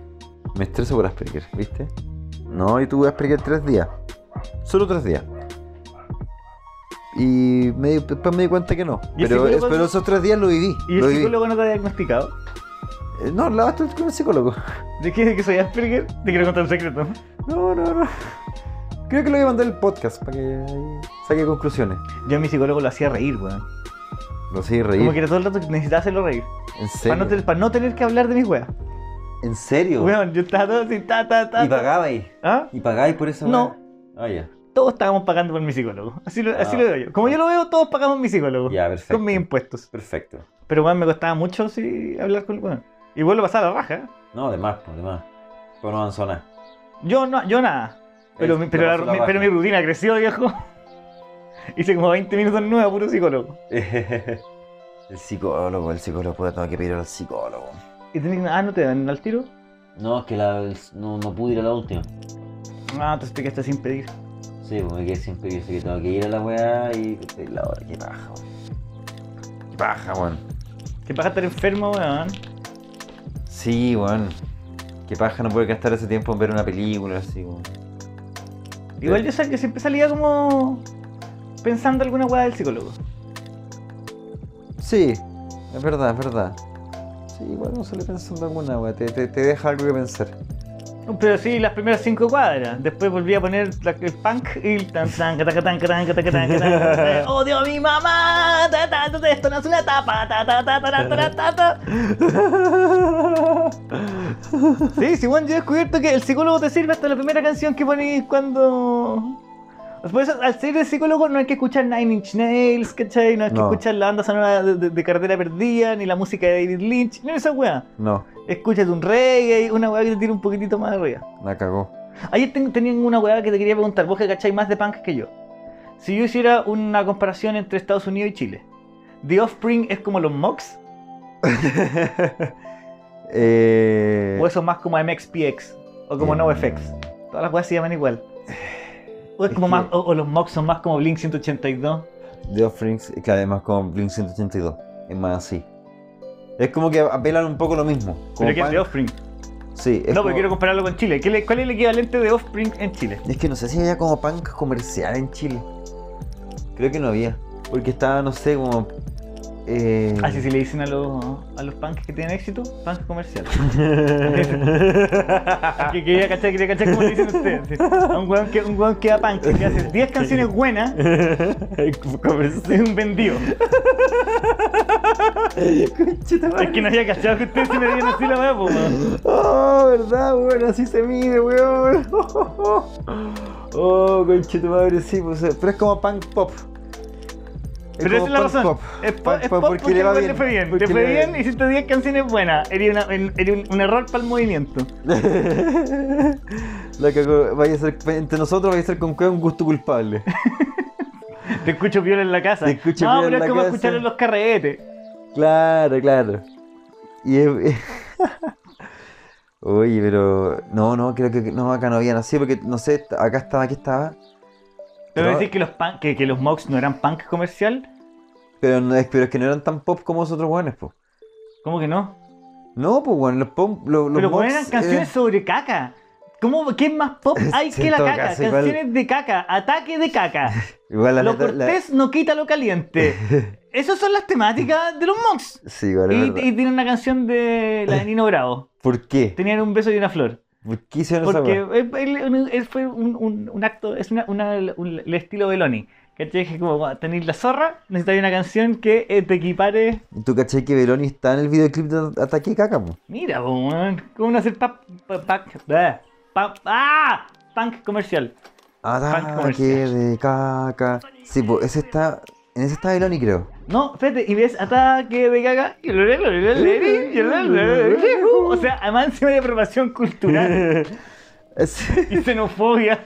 Speaker 2: Me estreso por Asperger, ¿viste? No, yo tuve Asperger tres días. Solo tres días. Y me, di- después me di cuenta que no.
Speaker 1: ¿Y el
Speaker 2: Pero,
Speaker 1: psicólogo-
Speaker 2: pero esos tres días lo viví.
Speaker 1: ¿Y el
Speaker 2: lo viví.
Speaker 1: psicólogo no te ha diagnosticado?
Speaker 2: Eh, No, la basta con el psicólogo.
Speaker 1: ¿De qué? ¿De que soy Asperger? Te quiero contar un secreto.
Speaker 2: No, no, no. Creo que lo voy a mandar el podcast para que ahí saque conclusiones.
Speaker 1: Yo a mi psicólogo lo hacía reír, weón.
Speaker 2: Lo sigue
Speaker 1: Como
Speaker 2: reír.
Speaker 1: que era todo el rato que necesitaba hacerlo reír.
Speaker 2: ¿En
Speaker 1: Para
Speaker 2: serio?
Speaker 1: no, tener- para no tener que hablar de mis weas.
Speaker 2: ¿En serio?
Speaker 1: Weón, yo estaba todo así, ta, ta, ta.
Speaker 2: ¿Y pagabais?
Speaker 1: ¿Ah?
Speaker 2: ¿Y pagabais por esa
Speaker 1: No.
Speaker 2: weá? Ah, ya.
Speaker 1: Todos estábamos pagando por mi psicólogo. Así lo, así
Speaker 2: Ah.
Speaker 1: lo veo yo. Como yo lo veo, todos pagamos mi psicólogo.
Speaker 2: Ya, perfecto.
Speaker 1: con mis impuestos.
Speaker 2: Perfecto.
Speaker 1: Pero weón, me costaba mucho sí, hablar con el weón. Igual lo pasaba la raja.
Speaker 2: No, de más, pues, de más. Pero no avanzó nada.
Speaker 1: Yo no, yo nada. Pero,
Speaker 2: Él
Speaker 1: mi-
Speaker 2: la
Speaker 1: pero, la-
Speaker 2: pasó la
Speaker 1: mi-
Speaker 2: raja.
Speaker 1: pero mi rutina creció, viejo. Hice como 20 minutos nuevos, puro psicólogo.
Speaker 2: el psicólogo, el psicólogo, puta, tengo que pedir al psicólogo.
Speaker 1: Y tenés- ah, no te dan al tiro.
Speaker 3: No, es que la, no, no pude ir a la última.
Speaker 1: Ah, entonces te quedaste sin pedir.
Speaker 3: Sí, pues me quedé sin pedido, así que tengo que ir a la weá y estoy la hora, qué paja, weón.
Speaker 2: Qué paja, weón.
Speaker 1: Te vas a estar enfermo, weón.
Speaker 2: Sí, weón. Qué paja no poder gastar ese tiempo en ver una película así, weón.
Speaker 1: Igual yo, sal- yo siempre salía como pensando alguna weá del psicólogo.
Speaker 2: Sí, es verdad, es verdad. Sí, igual no sale pensando alguna, weón. Te, te, te deja algo que pensar.
Speaker 1: Pero sí, las primeras cinco cuadras. Después volví a poner la- el punk y el tan tan cataca, tan cataca, tan, cataca, tan, cataca. Odio a mi mamá. ta, ta, ta, ta, Esto no es una tapa. ta, ta, ta, ta, ta, ta, ta, ta. Sí, Simón, yo he descubierto que el psicólogo te sirve hasta la primera canción que pones cuando. Por eso, al ser de psicólogo no hay que escuchar Nine Inch Nails, ¿cachai? No hay que
Speaker 2: No.
Speaker 1: escuchar la banda sonora de, de- de Cartera Perdida, ni la música de David Lynch, ni esa weá.
Speaker 2: No,
Speaker 1: Escúchate un reggae, una weá que te tira un poquitito más arriba.
Speaker 2: la cagó.
Speaker 1: Ayer ten- tenía una weá que te quería preguntar, vos que cacháis más de punk que yo. Si yo hiciera una comparación entre Estados Unidos y Chile, ¿The Offspring es como los Mox?
Speaker 2: eh,
Speaker 1: ¿O eso más como MXPX? ¿O como
Speaker 2: eh,
Speaker 1: NoFX? Todas las weas se llaman igual. ¿O, es
Speaker 2: Es
Speaker 1: como
Speaker 2: que-
Speaker 1: más, o, o los Mox son más como Blink 182?
Speaker 2: The Offerings, que además con Blink 182. Es más así. Es como que apelan un poco lo mismo. Como
Speaker 1: ¿Pero qué es
Speaker 2: punk.
Speaker 1: The Offspring?
Speaker 2: Sí, es
Speaker 1: no,
Speaker 2: como-
Speaker 1: pero quiero compararlo con Chile. ¿Qué le- ¿Cuál es el equivalente de Offspring en Chile?
Speaker 2: Es que no sé si había como punk comercial en Chile. Creo que no había. Porque estaba, no sé, como. Eh...
Speaker 1: Así si le dicen a los, a los punks que tienen éxito, punk comercial. Ah, Que quería cachar, quería cachar como le dicen ustedes. sí. A Un weón que, un weón que da punk, que hace 10 canciones buenas, es un vendido. Es que no había cachado que ustedes se me dieron así la weá, po, weón.
Speaker 2: Oh, verdad, weón, así se mide, weón. Oh, conche tu madre, sí, pues, eh, pero es como punk pop.
Speaker 1: Pero esa
Speaker 2: como
Speaker 1: es la
Speaker 2: punk
Speaker 1: razón.
Speaker 2: pop.
Speaker 1: Es, po-
Speaker 2: Punk
Speaker 1: es
Speaker 2: pop
Speaker 1: pop porque,
Speaker 2: le va
Speaker 1: igual
Speaker 2: bien,
Speaker 1: te fue bien. Te
Speaker 2: porque
Speaker 1: fue
Speaker 2: le va
Speaker 1: bien, hiciste 10 canciones buenas. Era, una- en- era un, un error para el movimiento.
Speaker 2: La cagó, vaya a ser, entre nosotros vaya a ser con cueva un gusto culpable.
Speaker 1: Te escucho viola en la casa.
Speaker 2: Te escucho
Speaker 1: no,
Speaker 2: viola en
Speaker 1: pero es
Speaker 2: la
Speaker 1: como
Speaker 2: casa.
Speaker 1: escuchar en los carretes.
Speaker 2: Claro, claro. Y es- Oye, pero. No, no, creo que. No, acá no había nacido, porque no sé, acá estaba, aquí estaba.
Speaker 1: Te voy a
Speaker 2: Pero-
Speaker 1: decir que los, punk, que, que los Mox no eran punk comercial.
Speaker 2: Pero, no, es, pero es que no eran tan pop como los otros weones, po.
Speaker 1: ¿Cómo que no?
Speaker 2: No, pues weón, los pop. Los, los
Speaker 1: Pero
Speaker 2: mods,
Speaker 1: ponen canciones
Speaker 2: eh,
Speaker 1: sobre caca. ¿Cómo, ¿Qué más pop hay
Speaker 2: Sí,
Speaker 1: que
Speaker 2: en
Speaker 1: la
Speaker 2: todo
Speaker 1: caca?
Speaker 2: caso, igual-
Speaker 1: Canciones de caca, ataque de caca.
Speaker 2: igual la
Speaker 1: Lo
Speaker 2: letra- la-
Speaker 1: cortés no quita lo caliente. Esas son las temáticas de los Mox.
Speaker 2: Sí, igual es
Speaker 1: Y,
Speaker 2: verdad.
Speaker 1: y tienen una canción de la de Nino Bravo.
Speaker 2: ¿Por qué?
Speaker 1: Tenían un beso y una flor.
Speaker 2: ¿Por qué hicieron esa
Speaker 1: Porque
Speaker 2: weá?
Speaker 1: él, él- él fue un, un- un acto, es una, una- un- el estilo Beloni. ¿Cachai? Que como "Guau, tenéis la zorra, necesitáis una canción que eh, te equipare.
Speaker 2: ¿Tú cachai que Beloni está en el videoclip de Ataque y Caca, po?
Speaker 1: Mira, po, weón, ¿cómo no hacer pap, pa- pac- bleh, pa- ah, punk comercial?
Speaker 2: Ataque
Speaker 1: comercial.
Speaker 2: de Caca. Sí, pues ese está. En ese está Beloni, creo.
Speaker 1: No, espérate, y ves ataque de caca. y lo- lo- lo- lo- lo- lo- lo- lo- lo- O sea, además encima de apropiación cultural
Speaker 2: Es-
Speaker 1: y xenofobia.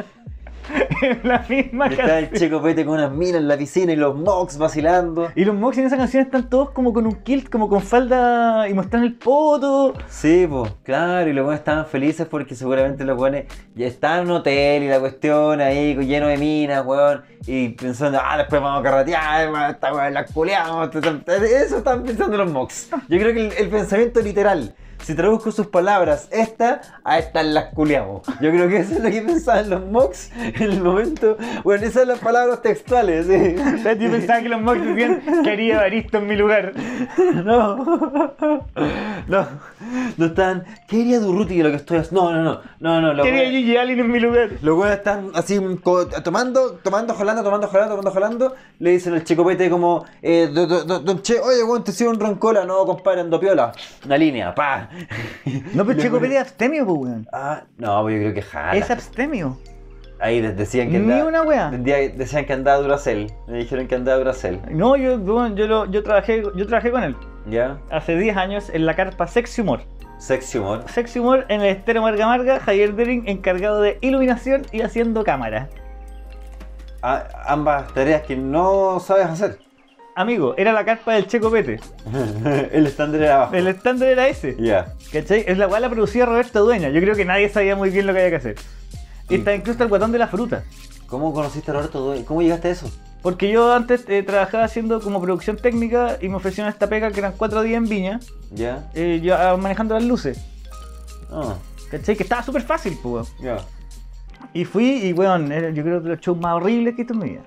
Speaker 1: En la misma
Speaker 3: Está
Speaker 1: canción.
Speaker 3: el checo pete con unas minas en la piscina y los mox vacilando.
Speaker 1: Y los mox en esa canción están todos como con un kilt, como con falda y mostrando el poto.
Speaker 3: Sí, pues, claro, y los buenos estaban felices porque seguramente los buenos ya estaban en un hotel y la cuestión ahí lleno de minas, weón. Y pensando, ah, después vamos a carretear, weón, esta weón la culeamos. eh, Eso estaban pensando los mox. Yo creo que el, el pensamiento literal, si traduzco sus palabras, esta, a esta las culeamos. Yo creo que eso es lo que pensaban los mox en el momento. Bueno, esas son las palabras textuales, sí.
Speaker 1: Espérate, Yo pensaba que los mox decían que haría Baristo en mi lugar.
Speaker 3: No, no, no están. ¿Qué haría Durruti de lo que estoy haciendo? No, no, no, no, no. Los
Speaker 1: Quería
Speaker 3: weones-
Speaker 1: Gigi Allen en mi lugar.
Speaker 3: los weones están así co- tomando, tomando, jalando, tomando, jalando, tomando, jalando. Le dicen al checopete como, eh, do- do- do- don Che, oye, weón, te sirve un roncola, no, compadre, andopiola. Una línea, pa.
Speaker 1: No, pero Checo Pérez es abstemio, pues, weón.
Speaker 3: Ah, no, pues yo creo que jala.
Speaker 1: Es abstemio.
Speaker 3: Ahí de- decían que
Speaker 1: Ni
Speaker 3: andaba.
Speaker 1: una wea.
Speaker 3: de- Decían que andaba Duracel. Le dijeron que andaba Duracel.
Speaker 1: No, yo, yo, lo- yo, trabajé, yo trabajé con él
Speaker 3: ¿Ya?
Speaker 1: hace 10 años en la carpa Sexy Humor.
Speaker 2: Sexy humor.
Speaker 1: Sexy Humor en el Estero Marga Marga, Javier Dering encargado de iluminación y haciendo cámara.
Speaker 3: Ah,
Speaker 2: A- ambas tareas que no sabes hacer.
Speaker 1: Amigo, era la carpa del Checo Pete.
Speaker 2: el estándar era abajo.
Speaker 1: El estándar era ese.
Speaker 2: Ya.
Speaker 1: ¿Cachai? Es la cual la producía Roberto Dueña. Yo creo que nadie sabía muy bien lo que había que hacer.
Speaker 2: Sí.
Speaker 1: Y está incluso el guatón de la fruta.
Speaker 2: ¿Cómo conociste a Roberto Dueñas? ¿Cómo llegaste a eso?
Speaker 1: Porque yo antes eh, trabajaba haciendo como producción técnica y me ofrecieron esta pega que eran cuatro días en Viña,
Speaker 2: Ya.
Speaker 1: eh, yo ah, manejando las luces.
Speaker 2: Ah,
Speaker 1: ¿Cachai? Que estaba súper fácil, pues. weón.
Speaker 2: ya.
Speaker 1: Y fui y, weón, era, yo creo que los shows más horribles que he visto en mi vida.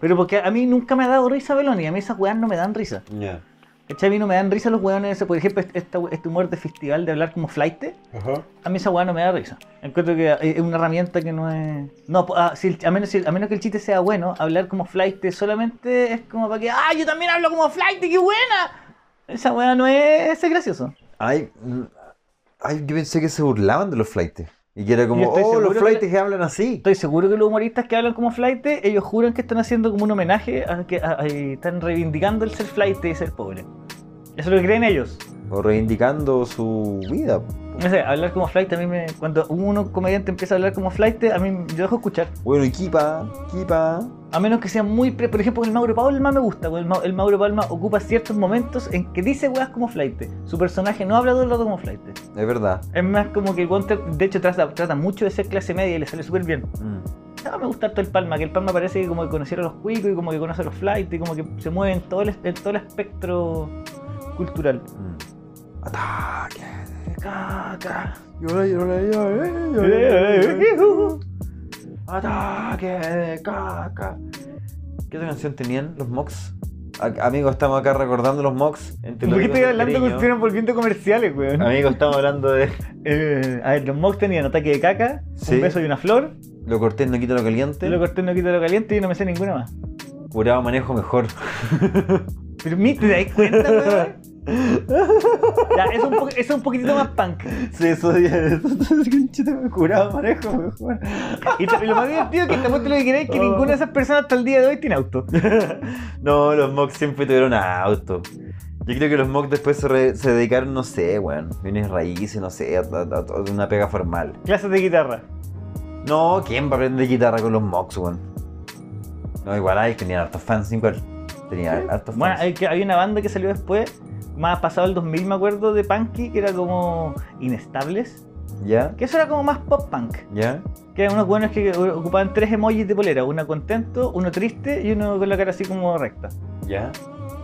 Speaker 1: Pero porque a mí nunca me ha dado risa Beloni, a mí esas weas no me dan risa.
Speaker 2: Ya.
Speaker 1: ¿Cachai? A mí no me dan risa los weones, ese, por ejemplo, este, esta- este humor de festival de hablar como flaite.
Speaker 2: Ajá.
Speaker 1: A mí esa weá no me da risa. Encuentro que eh, es una herramienta que no es. No, po- ah, si el- a, menos, si- a menos que el chiste sea bueno, hablar como flight solamente es como para que. ¡Ah, yo también hablo como flight! ¡Qué buena! Esa weá no es, es gracioso.
Speaker 2: Ay, mm, ay, yo pensé que se burlaban de los flightes. Y que era
Speaker 1: Yo
Speaker 2: como,
Speaker 1: estoy
Speaker 2: oh,
Speaker 1: seguro
Speaker 2: los
Speaker 1: que
Speaker 2: flightes que... hablan así.
Speaker 1: Estoy seguro que los humoristas que hablan como flight, ellos juran que están haciendo como un homenaje a que a- a- están reivindicando el ser flight y ser pobre. Eso es lo que creen ellos.
Speaker 2: O reivindicando su vida.
Speaker 1: No sé, hablar como flight a mí me. Cuando uno comediante empieza a hablar como flight, a mí yo dejo escuchar.
Speaker 2: Bueno, y Kipa, Kipa.
Speaker 1: A menos que sea muy. pre- Por ejemplo, el Mauro Palma me gusta. porque El, Mau- el Mauro Palma ocupa ciertos momentos en que dice weas como flight. Su personaje no habla todo el rato como flight.
Speaker 2: Es verdad.
Speaker 1: Es más como que el Gunter, de hecho, trata, trata mucho de ser clase media y le sale súper bien.
Speaker 2: Mm.
Speaker 1: Ah, me gusta harto el Palma, que el Palma parece que como que conociera a los cuicos y como que conoce a los flight y como que se mueve en todo el, en todo el espectro cultural.
Speaker 2: Mm. Ataque.
Speaker 1: Caca.
Speaker 2: Llora, llora,
Speaker 1: Eh,
Speaker 2: llora, llora, llora.
Speaker 1: Yo
Speaker 2: Ataque de caca. ¿Qué otra canción tenían los Mox? A- amigos, estamos acá recordando los Mox. Entre los
Speaker 1: ¿Por qué estoy
Speaker 2: amigos del
Speaker 1: hablando
Speaker 2: cariño.
Speaker 1: con estuvieran volviendo comerciales, weón?
Speaker 2: Amigos, estamos hablando de.
Speaker 1: Eh, a ver, los Mox tenían ataque de caca,
Speaker 2: Sí.
Speaker 1: un beso y una flor.
Speaker 2: Lo corté, no quita lo caliente.
Speaker 1: Te lo corté, no quita lo caliente y no me sé ninguna más.
Speaker 2: Curado manejo mejor.
Speaker 1: Pero mi, ¿te das cuenta, weón? Ya, es un, po- es un poquitito más punk.
Speaker 2: Sí, eso me Curado manejo mejor.
Speaker 1: Y te- lo más divertido es que te apuesto lo que queráis que
Speaker 2: Oh.
Speaker 1: ninguna de esas personas hasta el día de hoy tiene auto.
Speaker 2: No, los Mox siempre tuvieron auto. Yo creo que los Mox después se, re- se dedicaron, no sé, weón. Vienes raíces, no sé, a, a- a- a una pega formal.
Speaker 1: Clases de guitarra.
Speaker 2: No, ¿quién va a aprender guitarra con los Mox, weón? No, igual ahí tenían hartos fans, igual. Tenían hartos fans.
Speaker 1: Bueno, hay, que- hay una banda que salió después, más pasado el 2000, me acuerdo, de punky, que era como inestables.
Speaker 2: ¿Ya?
Speaker 1: Que eso era como más pop punk.
Speaker 2: ¿Ya?
Speaker 1: Que eran unos buenos que ocupaban tres emojis de polera: uno contento, uno triste y uno con la cara así como recta.
Speaker 2: ¿Ya?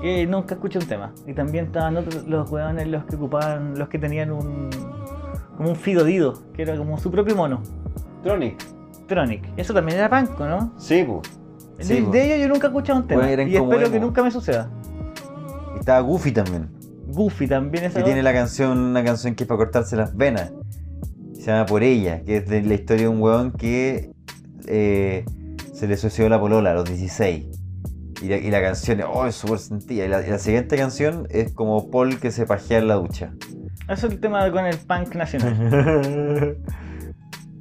Speaker 1: que nunca escuché un tema. Y también estaban otros, los hueones los que ocupaban, los que tenían un. como un Fido Dido, que era como su propio mono.
Speaker 2: Tronic.
Speaker 1: Tronic. Eso también era panco, ¿no?
Speaker 2: Sí, pues.
Speaker 1: De-
Speaker 2: Sí,
Speaker 1: de,
Speaker 2: pues.
Speaker 1: ellos yo nunca he escuchado un tema.
Speaker 2: Bueno, eran
Speaker 1: y
Speaker 2: como
Speaker 1: espero que
Speaker 2: emo.
Speaker 1: nunca me suceda.
Speaker 2: Y Estaba Goofy también.
Speaker 1: Goofy también esa.
Speaker 2: que tiene la canción, una canción que es para cortarse las venas. Se llama Por ella, que es de la historia de un weón que eh, se le suicidó la polola a los 16. Y la, y la canción es, oh, es súper sentida. Y la, y la siguiente canción es como Paul que se pajea en la ducha.
Speaker 1: Eso es el tema con el punk nacional.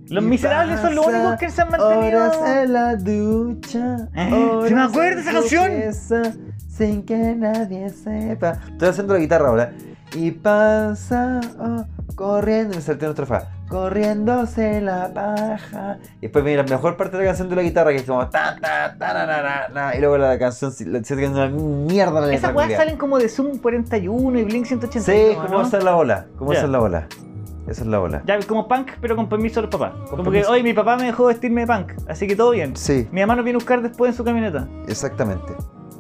Speaker 1: Los miserables son los
Speaker 2: pasa
Speaker 1: únicos que se han
Speaker 2: Horas
Speaker 1: mantenido.
Speaker 2: en la ducha.
Speaker 1: Eh, sí me acuerdo de esa canción.
Speaker 2: canción. Sin que nadie sepa. Estoy haciendo la guitarra ahora. Y pasa oh, corriendo. Me salté una estrofa. Corriéndose la paja. Y después viene la mejor parte de la canción de la guitarra que es como ta ta ta na na na, na. Y luego la canción, si- la canción es una mierda la letra.
Speaker 1: Esas weas
Speaker 2: culiao.
Speaker 1: salen como de Zoom 41 y Blink 181.
Speaker 2: Sí, es como
Speaker 1: ¿no?
Speaker 2: esa es la ola. Como
Speaker 1: Ya.
Speaker 2: esa es la ola. Esa es la ola.
Speaker 1: Ya, como punk, pero con permiso de los papás. Como que,
Speaker 2: permiso.
Speaker 1: hoy mi papá me dejó vestirme de punk, así que todo bien.
Speaker 2: Sí,
Speaker 1: Mi mamá nos viene a buscar después en su camioneta.
Speaker 2: exactamente.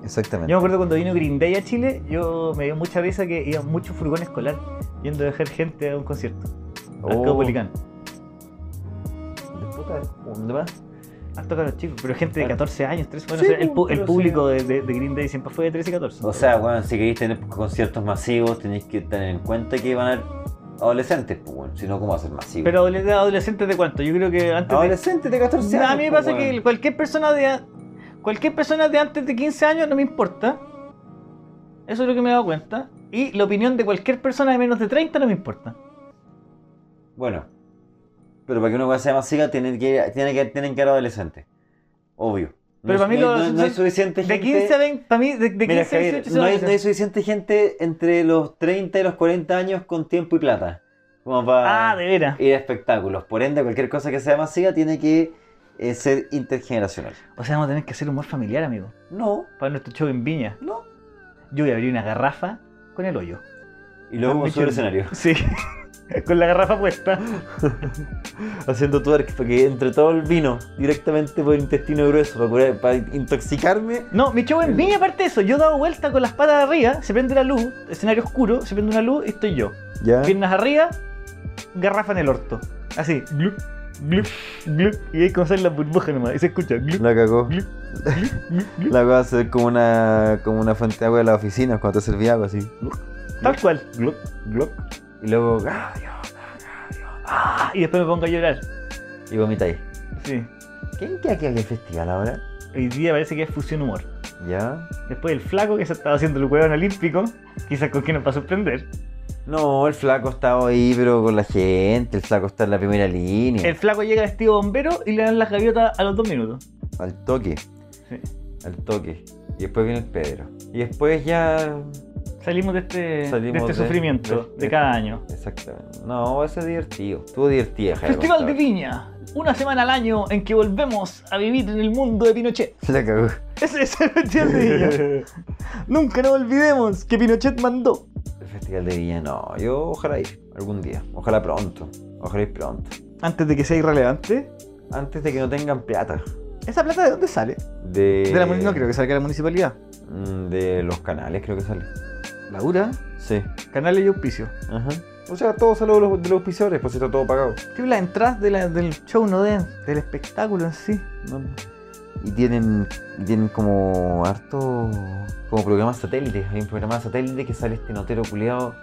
Speaker 2: Exactamente.
Speaker 1: Yo me acuerdo cuando vino Green Day a Chile, yo me dio mucha risa que iban muchos furgones escolar yendo a dejar gente a un concierto. Al
Speaker 2: Oh.
Speaker 1: Caupolicán.
Speaker 2: Puta, ¿Dónde va?
Speaker 1: Hasta los chicos, pero gente de
Speaker 2: Claro.
Speaker 1: 14 años, 13 bueno,
Speaker 2: Sí,
Speaker 1: o sea, el,
Speaker 2: pues,
Speaker 1: pu- el
Speaker 2: pero
Speaker 1: público de, de- de Green Day siempre fue de 13 y 14.
Speaker 2: O sea, weón, si queréis tener conciertos masivos, tenéis que tener en cuenta que van a haber adolescentes, pues, weón. Si no, ¿cómo va a ser masivo?
Speaker 1: pero adole- adolescentes de cuánto? Yo creo que antes de...
Speaker 2: adolescentes de 14 años.
Speaker 1: a mí me
Speaker 2: pues,
Speaker 1: pasa
Speaker 2: weón.
Speaker 1: que cualquier persona de a- cualquier persona de antes de 15 años no me importa. Eso es lo que me he dado cuenta. Y la opinión de cualquier persona de menos de 30 no me importa.
Speaker 2: Bueno, pero para que una weá sea masiva, tienen que, tienen que, tienen que ser adolescentes. Obvio.
Speaker 1: Pero
Speaker 3: no,
Speaker 1: para mí
Speaker 3: no,
Speaker 1: los-
Speaker 3: no- no hay suficiente
Speaker 1: De
Speaker 3: gente.
Speaker 1: 15 a 20, para mí, de, de 15
Speaker 3: Mira,
Speaker 1: a
Speaker 3: Javier,
Speaker 1: 18 se
Speaker 3: no
Speaker 1: lo
Speaker 3: hay,
Speaker 1: dicen.
Speaker 3: no hay suficiente gente entre los 30 y los 40 años con tiempo y plata. Como para
Speaker 1: Ah, de veras.
Speaker 3: ir a espectáculos. Por ende, cualquier cosa que sea masiva tiene que eh, ser intergeneracional.
Speaker 1: O sea, vamos a tener que hacer humor familiar, amigo.
Speaker 3: No,
Speaker 1: Para nuestro show en Viña.
Speaker 3: no.
Speaker 1: Yo voy a abrir una garrafa con el hoyo.
Speaker 3: Y luego vamos a subir al escenario.
Speaker 1: Sí. con la garrafa puesta.
Speaker 3: Haciendo twerk para que entre todo el vino directamente por el intestino grueso para, curar- para intoxicarme.
Speaker 1: No, mi show en Viña, aparte de eso, yo he dado vuelta con las patas de arriba, se prende la luz, escenario oscuro, se prende una luz y estoy yo.
Speaker 2: ¿Ah?
Speaker 3: Ya.
Speaker 1: Piernas arriba, garrafa en el orto. Así, glup, glup, glup. Y ahí como salen las burbujas nomás, y se escucha glup,
Speaker 2: La cagó.
Speaker 1: glup, glup, glup, glup.
Speaker 2: La cosa es como una, como una fuente de agua de las oficinas cuando te servía agua así.
Speaker 1: Tal cual.
Speaker 2: Glock, glock. Y luego, ¡ah, Dios!
Speaker 1: Ah, y después me pongo a llorar.
Speaker 3: Y vomitáis.
Speaker 1: Sí.
Speaker 2: ¿Quién queda aquí en el festival ahora?
Speaker 1: Hoy día parece que es fusión humor.
Speaker 2: ¿Ya?
Speaker 1: Después el flaco que se estaba haciendo el hueón olímpico, quizás con quien nos va a sorprender.
Speaker 2: No, el flaco estaba ahí, pero con la gente. El flaco está en la primera línea.
Speaker 1: El flaco llega vestido bombero y le dan las gaviotas a los dos minutos.
Speaker 2: Al toque.
Speaker 1: Sí.
Speaker 2: Al toque. Y después viene el Pedro. Y después ya.
Speaker 1: Salimos de este,
Speaker 2: Salimos
Speaker 1: de este
Speaker 2: de-
Speaker 1: sufrimiento
Speaker 2: de-
Speaker 1: de,
Speaker 2: de-
Speaker 1: cada año.
Speaker 2: Exactamente. No, eso es divertido. Estuvo divertida, Jaime
Speaker 1: Festival de
Speaker 2: Contador.
Speaker 1: Viña, una semana al año en que volvemos a vivir en el mundo de Pinochet.
Speaker 2: La cagó.
Speaker 1: Ese es el Festival de Viña. Nunca nos olvidemos que Pinochet mandó.
Speaker 2: El Festival de Villa, no. Yo ojalá ir algún día. Ojalá pronto. Ojalá ir pronto.
Speaker 1: Antes de que sea irrelevante,
Speaker 2: Antes de que no tengan plata.
Speaker 1: ¿esa plata de dónde sale?
Speaker 2: De.
Speaker 1: De la muni- no creo que salga de la municipalidad.
Speaker 2: Mm, De los canales, creo que sale.
Speaker 1: La URA,
Speaker 2: Sí.
Speaker 1: canales y auspicio.
Speaker 2: Ajá. O sea, todo salió de los, de los auspiciadores, pues está todo pagado.
Speaker 1: Creo que las entradas de la- del show no den, del espectáculo en sí.
Speaker 2: ¿no? Y tienen, y tienen como harto. como programas satélites. Hay un programa satélite que sale este notero culiado.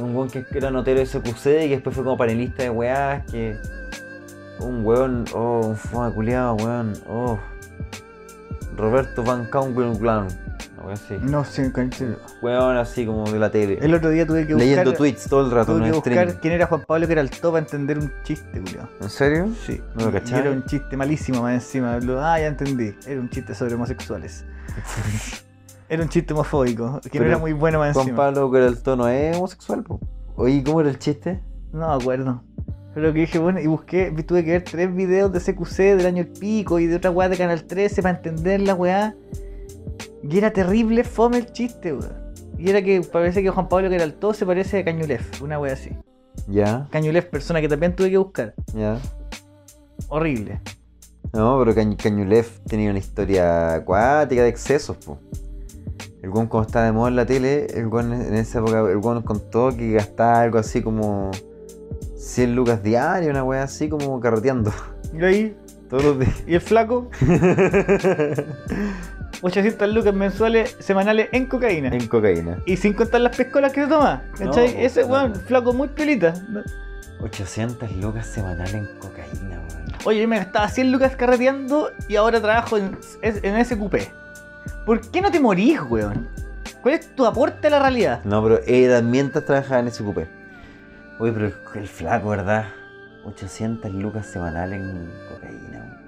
Speaker 2: Un weón que era notero de SQC y que después fue como panelista de weás. Que. Un weón. Oh, un fuma culiado, weón. Oh. Roberto Van Cauwenglan. Una weá así.
Speaker 1: No sé, conche-
Speaker 2: Weón así como de la tele.
Speaker 1: el otro día tuve que buscar,
Speaker 2: Leyendo tweets todo el rato
Speaker 1: tuve
Speaker 2: en
Speaker 1: que
Speaker 2: el stream.
Speaker 1: buscar quién era Juan Pablo que era el top para entender un chiste, culiao.
Speaker 2: ¿En serio?
Speaker 1: Sí,
Speaker 2: ¿No lo
Speaker 1: y
Speaker 2: cachai?
Speaker 1: era un chiste malísimo más encima. Lo- Ah, ya entendí. Era un chiste sobre homosexuales. era un chiste homofóbico, que
Speaker 2: Pero
Speaker 1: no era muy bueno más
Speaker 2: Juan
Speaker 1: encima.
Speaker 2: Pablo Peraltó no es homosexual, po. Oye, ¿cómo era el chiste?
Speaker 1: No me acuerdo. Pero que dije, bueno, y busqué, vi- tuve que ver tres videos de CQC del año El Pico y de otra weá de Canal 13 para entender la weá. Y era terrible fome el chiste, weón. Y era que parece que Juan Pablo Geraltó se parece a Cañulef, una weá así.
Speaker 2: Ya,
Speaker 1: Cañulef, persona que también tuve que buscar.
Speaker 2: ya.
Speaker 1: Horrible.
Speaker 2: No, pero Cañ- Cañulef tenía una historia acuática de excesos, po. El guan como estaba de moda en la tele, el guan en esa época, el guan contó que gastaba algo así como 100 lucas diarias, una weá así como carreteando
Speaker 1: Y ahí,
Speaker 2: todos los días.
Speaker 1: y el flaco, 800 lucas mensuales, semanales en cocaína.
Speaker 2: en cocaína.
Speaker 1: Y sin contar las pescolas que se toma. ¿Cachai?
Speaker 3: No,
Speaker 1: Ese
Speaker 3: no,
Speaker 1: weón,
Speaker 3: no.
Speaker 1: flaco muy pelita.
Speaker 3: 800 lucas semanales en cocaína, weón.
Speaker 1: Oye, yo me gastaba 100 lucas carreteando y ahora trabajo en, es- en ese coupé. ¿Por qué no te morís, weón? ¿Cuál es tu aporte a la realidad?
Speaker 2: No, pero era mientras trabajaba en ese cupé.
Speaker 3: Uy, pero el, el flaco, ¿verdad? 800 lucas semanales en cocaína, weón.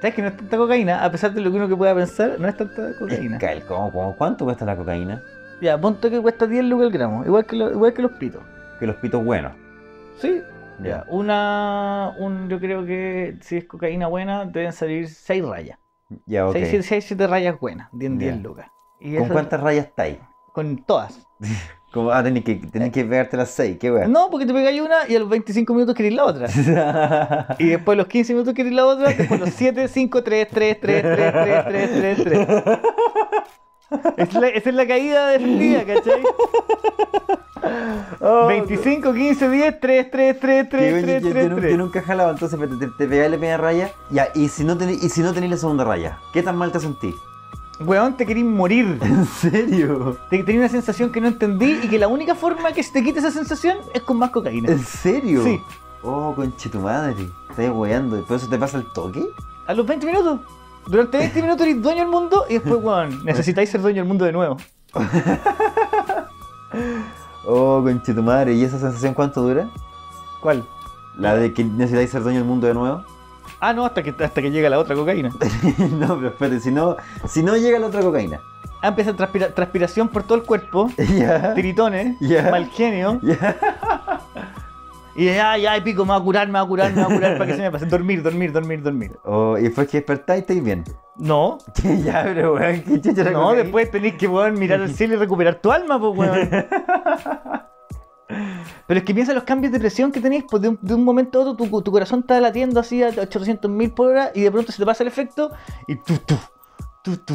Speaker 1: ¿Sabes que no es tanta cocaína? A pesar de lo que uno que pueda pensar, no es tanta cocaína.
Speaker 3: Cal- ¿Cómo, cómo, cuánto cuesta la cocaína?
Speaker 1: Ya, ponte que cuesta 10 lucas el gramo, igual que, lo- igual que los pitos.
Speaker 3: Que los pitos buenos.
Speaker 1: ¿Sí? Ya, una. Un, yo creo que si es cocaína buena, deben salir 6 rayas.
Speaker 2: Ya, ok.
Speaker 1: 6, 7 rayas buenas, 10,
Speaker 2: Ya.
Speaker 1: 10 lucas. Y
Speaker 2: ¿Con
Speaker 1: eso-
Speaker 2: cuántas rayas estáis?
Speaker 1: Con todas.
Speaker 2: Como, ah, tenés que, tenés que pegarte las 6, qué weá.
Speaker 1: No, porque te pegáis una y a los 25 minutos queréis la otra. Y después los 15 minutos queréis la otra, después los 7, 5, 3, 3, 3, 3, 3, 3, 3, 3. Es la, esa es la caída del día, ¿cachai?
Speaker 2: Oh,
Speaker 1: 25, 15, 10, 3, 3, 3, 3,
Speaker 2: Que, oye,
Speaker 1: 3,
Speaker 2: que- que
Speaker 1: 3,
Speaker 2: nun- que
Speaker 1: 3.
Speaker 2: nunca jalaba, entonces te, te, te pegáis la primera raya. Ya, y si no tenés, y si no tenés la segunda raya, ¿qué tan mal te sentís?
Speaker 1: Weón, te querís morir.
Speaker 2: ¿En serio?
Speaker 1: Te tenía una sensación que no entendí y que la única forma que se te quite esa sensación es con más cocaína.
Speaker 2: ¿En serio?
Speaker 1: Sí.
Speaker 2: Oh, conche tu madre. Estás weando. ¿Pero eso te pasa el toque?
Speaker 1: A los 20 minutos. Durante 20 minutos eres dueño del mundo y después, weón, necesitáis ser dueño del mundo de nuevo.
Speaker 2: Oh, conche tu madre. ¿Y esa sensación cuánto dura?
Speaker 1: ¿Cuál?
Speaker 2: La de que necesitáis ser dueño del mundo de nuevo.
Speaker 1: Ah, no, hasta que, hasta que llega la otra cocaína.
Speaker 2: no, pero espérate, si no, si no llega la otra cocaína.
Speaker 1: Ah, empieza transpira- transpiración por todo el cuerpo,
Speaker 2: Ya.
Speaker 1: tiritones,
Speaker 2: Ya.
Speaker 1: mal genio.
Speaker 2: Ya.
Speaker 1: Y ya, ya, pico, me va a curar, me va a curar, me va a curar para que se me pase. Dormir, dormir, dormir, dormir.
Speaker 2: Oh, y después que despertáis, estáis bien.
Speaker 1: No,
Speaker 2: Que ya, pero weón, que chucha la
Speaker 1: no,
Speaker 2: cocaína.
Speaker 1: después tenés que poder mirar al cielo y recuperar tu alma, pues, weón. Pero es que piensa los cambios de presión que tenés, pues de un, de un momento a otro tu, tu corazón está latiendo así a 800 mil por hora y de pronto se te pasa el efecto y tú, tú, tú, tú,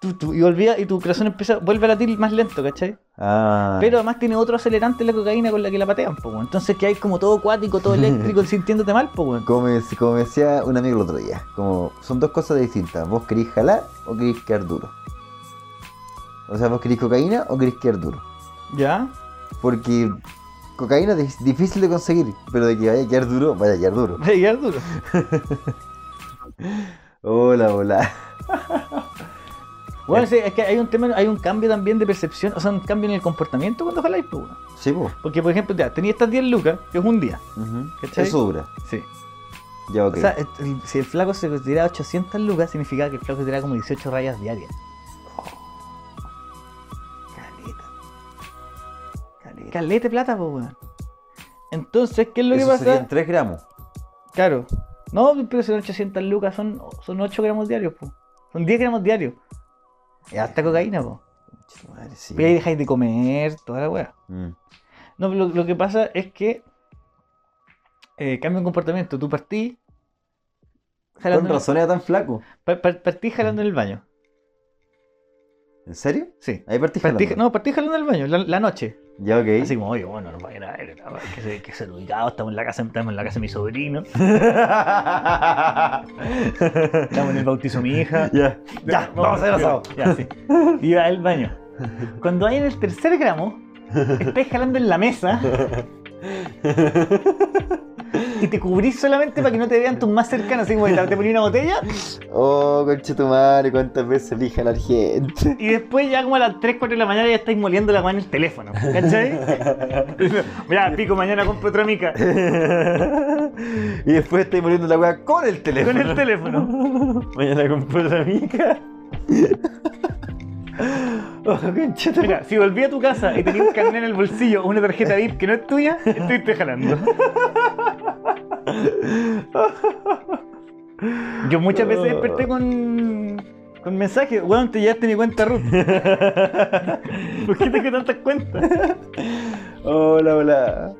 Speaker 1: tú, tú, y olvida y tu corazón empieza, vuelve a latir más lento, ¿cachai?
Speaker 2: Ah.
Speaker 1: Pero además tiene otro acelerante la cocaína con la que la patean, pues, weón. Entonces que hay como todo acuático, todo eléctrico, sintiéndote mal, pues, weón.
Speaker 2: Como me, como me decía un amigo el otro día, como son dos cosas distintas. ¿Vos querís jalar o querís quedar duro? O sea, ¿vos querís cocaína o querís quedar duro?
Speaker 1: ¿Ya?
Speaker 2: Porque cocaína es dis- difícil de conseguir, pero de que vaya a quedar duro, vaya a quedar duro.
Speaker 1: Va a llegar duro.
Speaker 2: Hola, hola.
Speaker 1: Bueno, sí, es que hay un tema, hay un cambio también de percepción, o sea, un cambio en el comportamiento cuando jaláis, pues, weón.
Speaker 2: Sí, vos.
Speaker 1: Porque, por ejemplo, ya, tenía estas 10 lucas, que es un día. ¿Cachai?
Speaker 2: Eso dura.
Speaker 1: Sí.
Speaker 2: Ya, ok.
Speaker 1: O sea, el- el- si el flaco se tiraba 800 lucas, significaba que el flaco se tiraba como 18 rayas diarias. Caleta. Caleta. Caleta de plata, pues, weón. Entonces, ¿qué es lo
Speaker 2: Eso
Speaker 1: que pasa?
Speaker 2: serían 3 gramos.
Speaker 1: Claro. No, pero son 800 lucas, son, son 8 gramos diarios, pues. Son 10 gramos diarios. Es harta cocaína, pues.
Speaker 2: Chuta madre, sí.
Speaker 1: Pero ahí dejáis de comer, toda la weá.
Speaker 2: Mm.
Speaker 1: No, lo, lo que pasa es que eh, cambia un comportamiento. Tú partís
Speaker 2: Con
Speaker 1: jalando, en-
Speaker 2: razón era tan flaco.
Speaker 1: par- par- partí jalando en el baño.
Speaker 2: ¿En serio?
Speaker 1: Sí.
Speaker 2: Ahí partí
Speaker 1: Partí-
Speaker 2: jalando.
Speaker 1: no, partí jalando en el baño, la, la noche.
Speaker 2: Ya, ok.
Speaker 1: Así como, oye, bueno, no vayan a ver, a ver, que se, que se ubicado, estamos en la casa, estamos en la casa de mi sobrino, estamos en el bautizo de mi hija.
Speaker 2: ya. Ya, vamos a hacer asado.
Speaker 1: Ya, sí. Iba al baño. Cuando hay en el tercer gramo, estás jalando en la mesa. Y te cubrís solamente para que no te vean tus más cercanos, así como que te poní una botella
Speaker 2: Oh, conchetumare, cuántas veces lija la gente.
Speaker 1: y después ya como a las 3, 4 de la mañana ya estáis moliendo la mano en el teléfono, ¿cachai? Mirá, pico, mañana compro otra mica
Speaker 2: y después estáis muriendo la weá con el
Speaker 1: con
Speaker 2: teléfono.
Speaker 1: el teléfono.
Speaker 2: Mañana compré otra mica. oh, conchetumare.
Speaker 1: Mira, si volví a tu casa y tenías un carnet en el bolsillo o una tarjeta VIP que no es tuya, estuviste jalando. Yo muchas veces desperté con, con mensajes, weón, te llevaste mi cuenta Ruth. ¿Por qué tengo tantas cuentas?
Speaker 2: Hola, hola.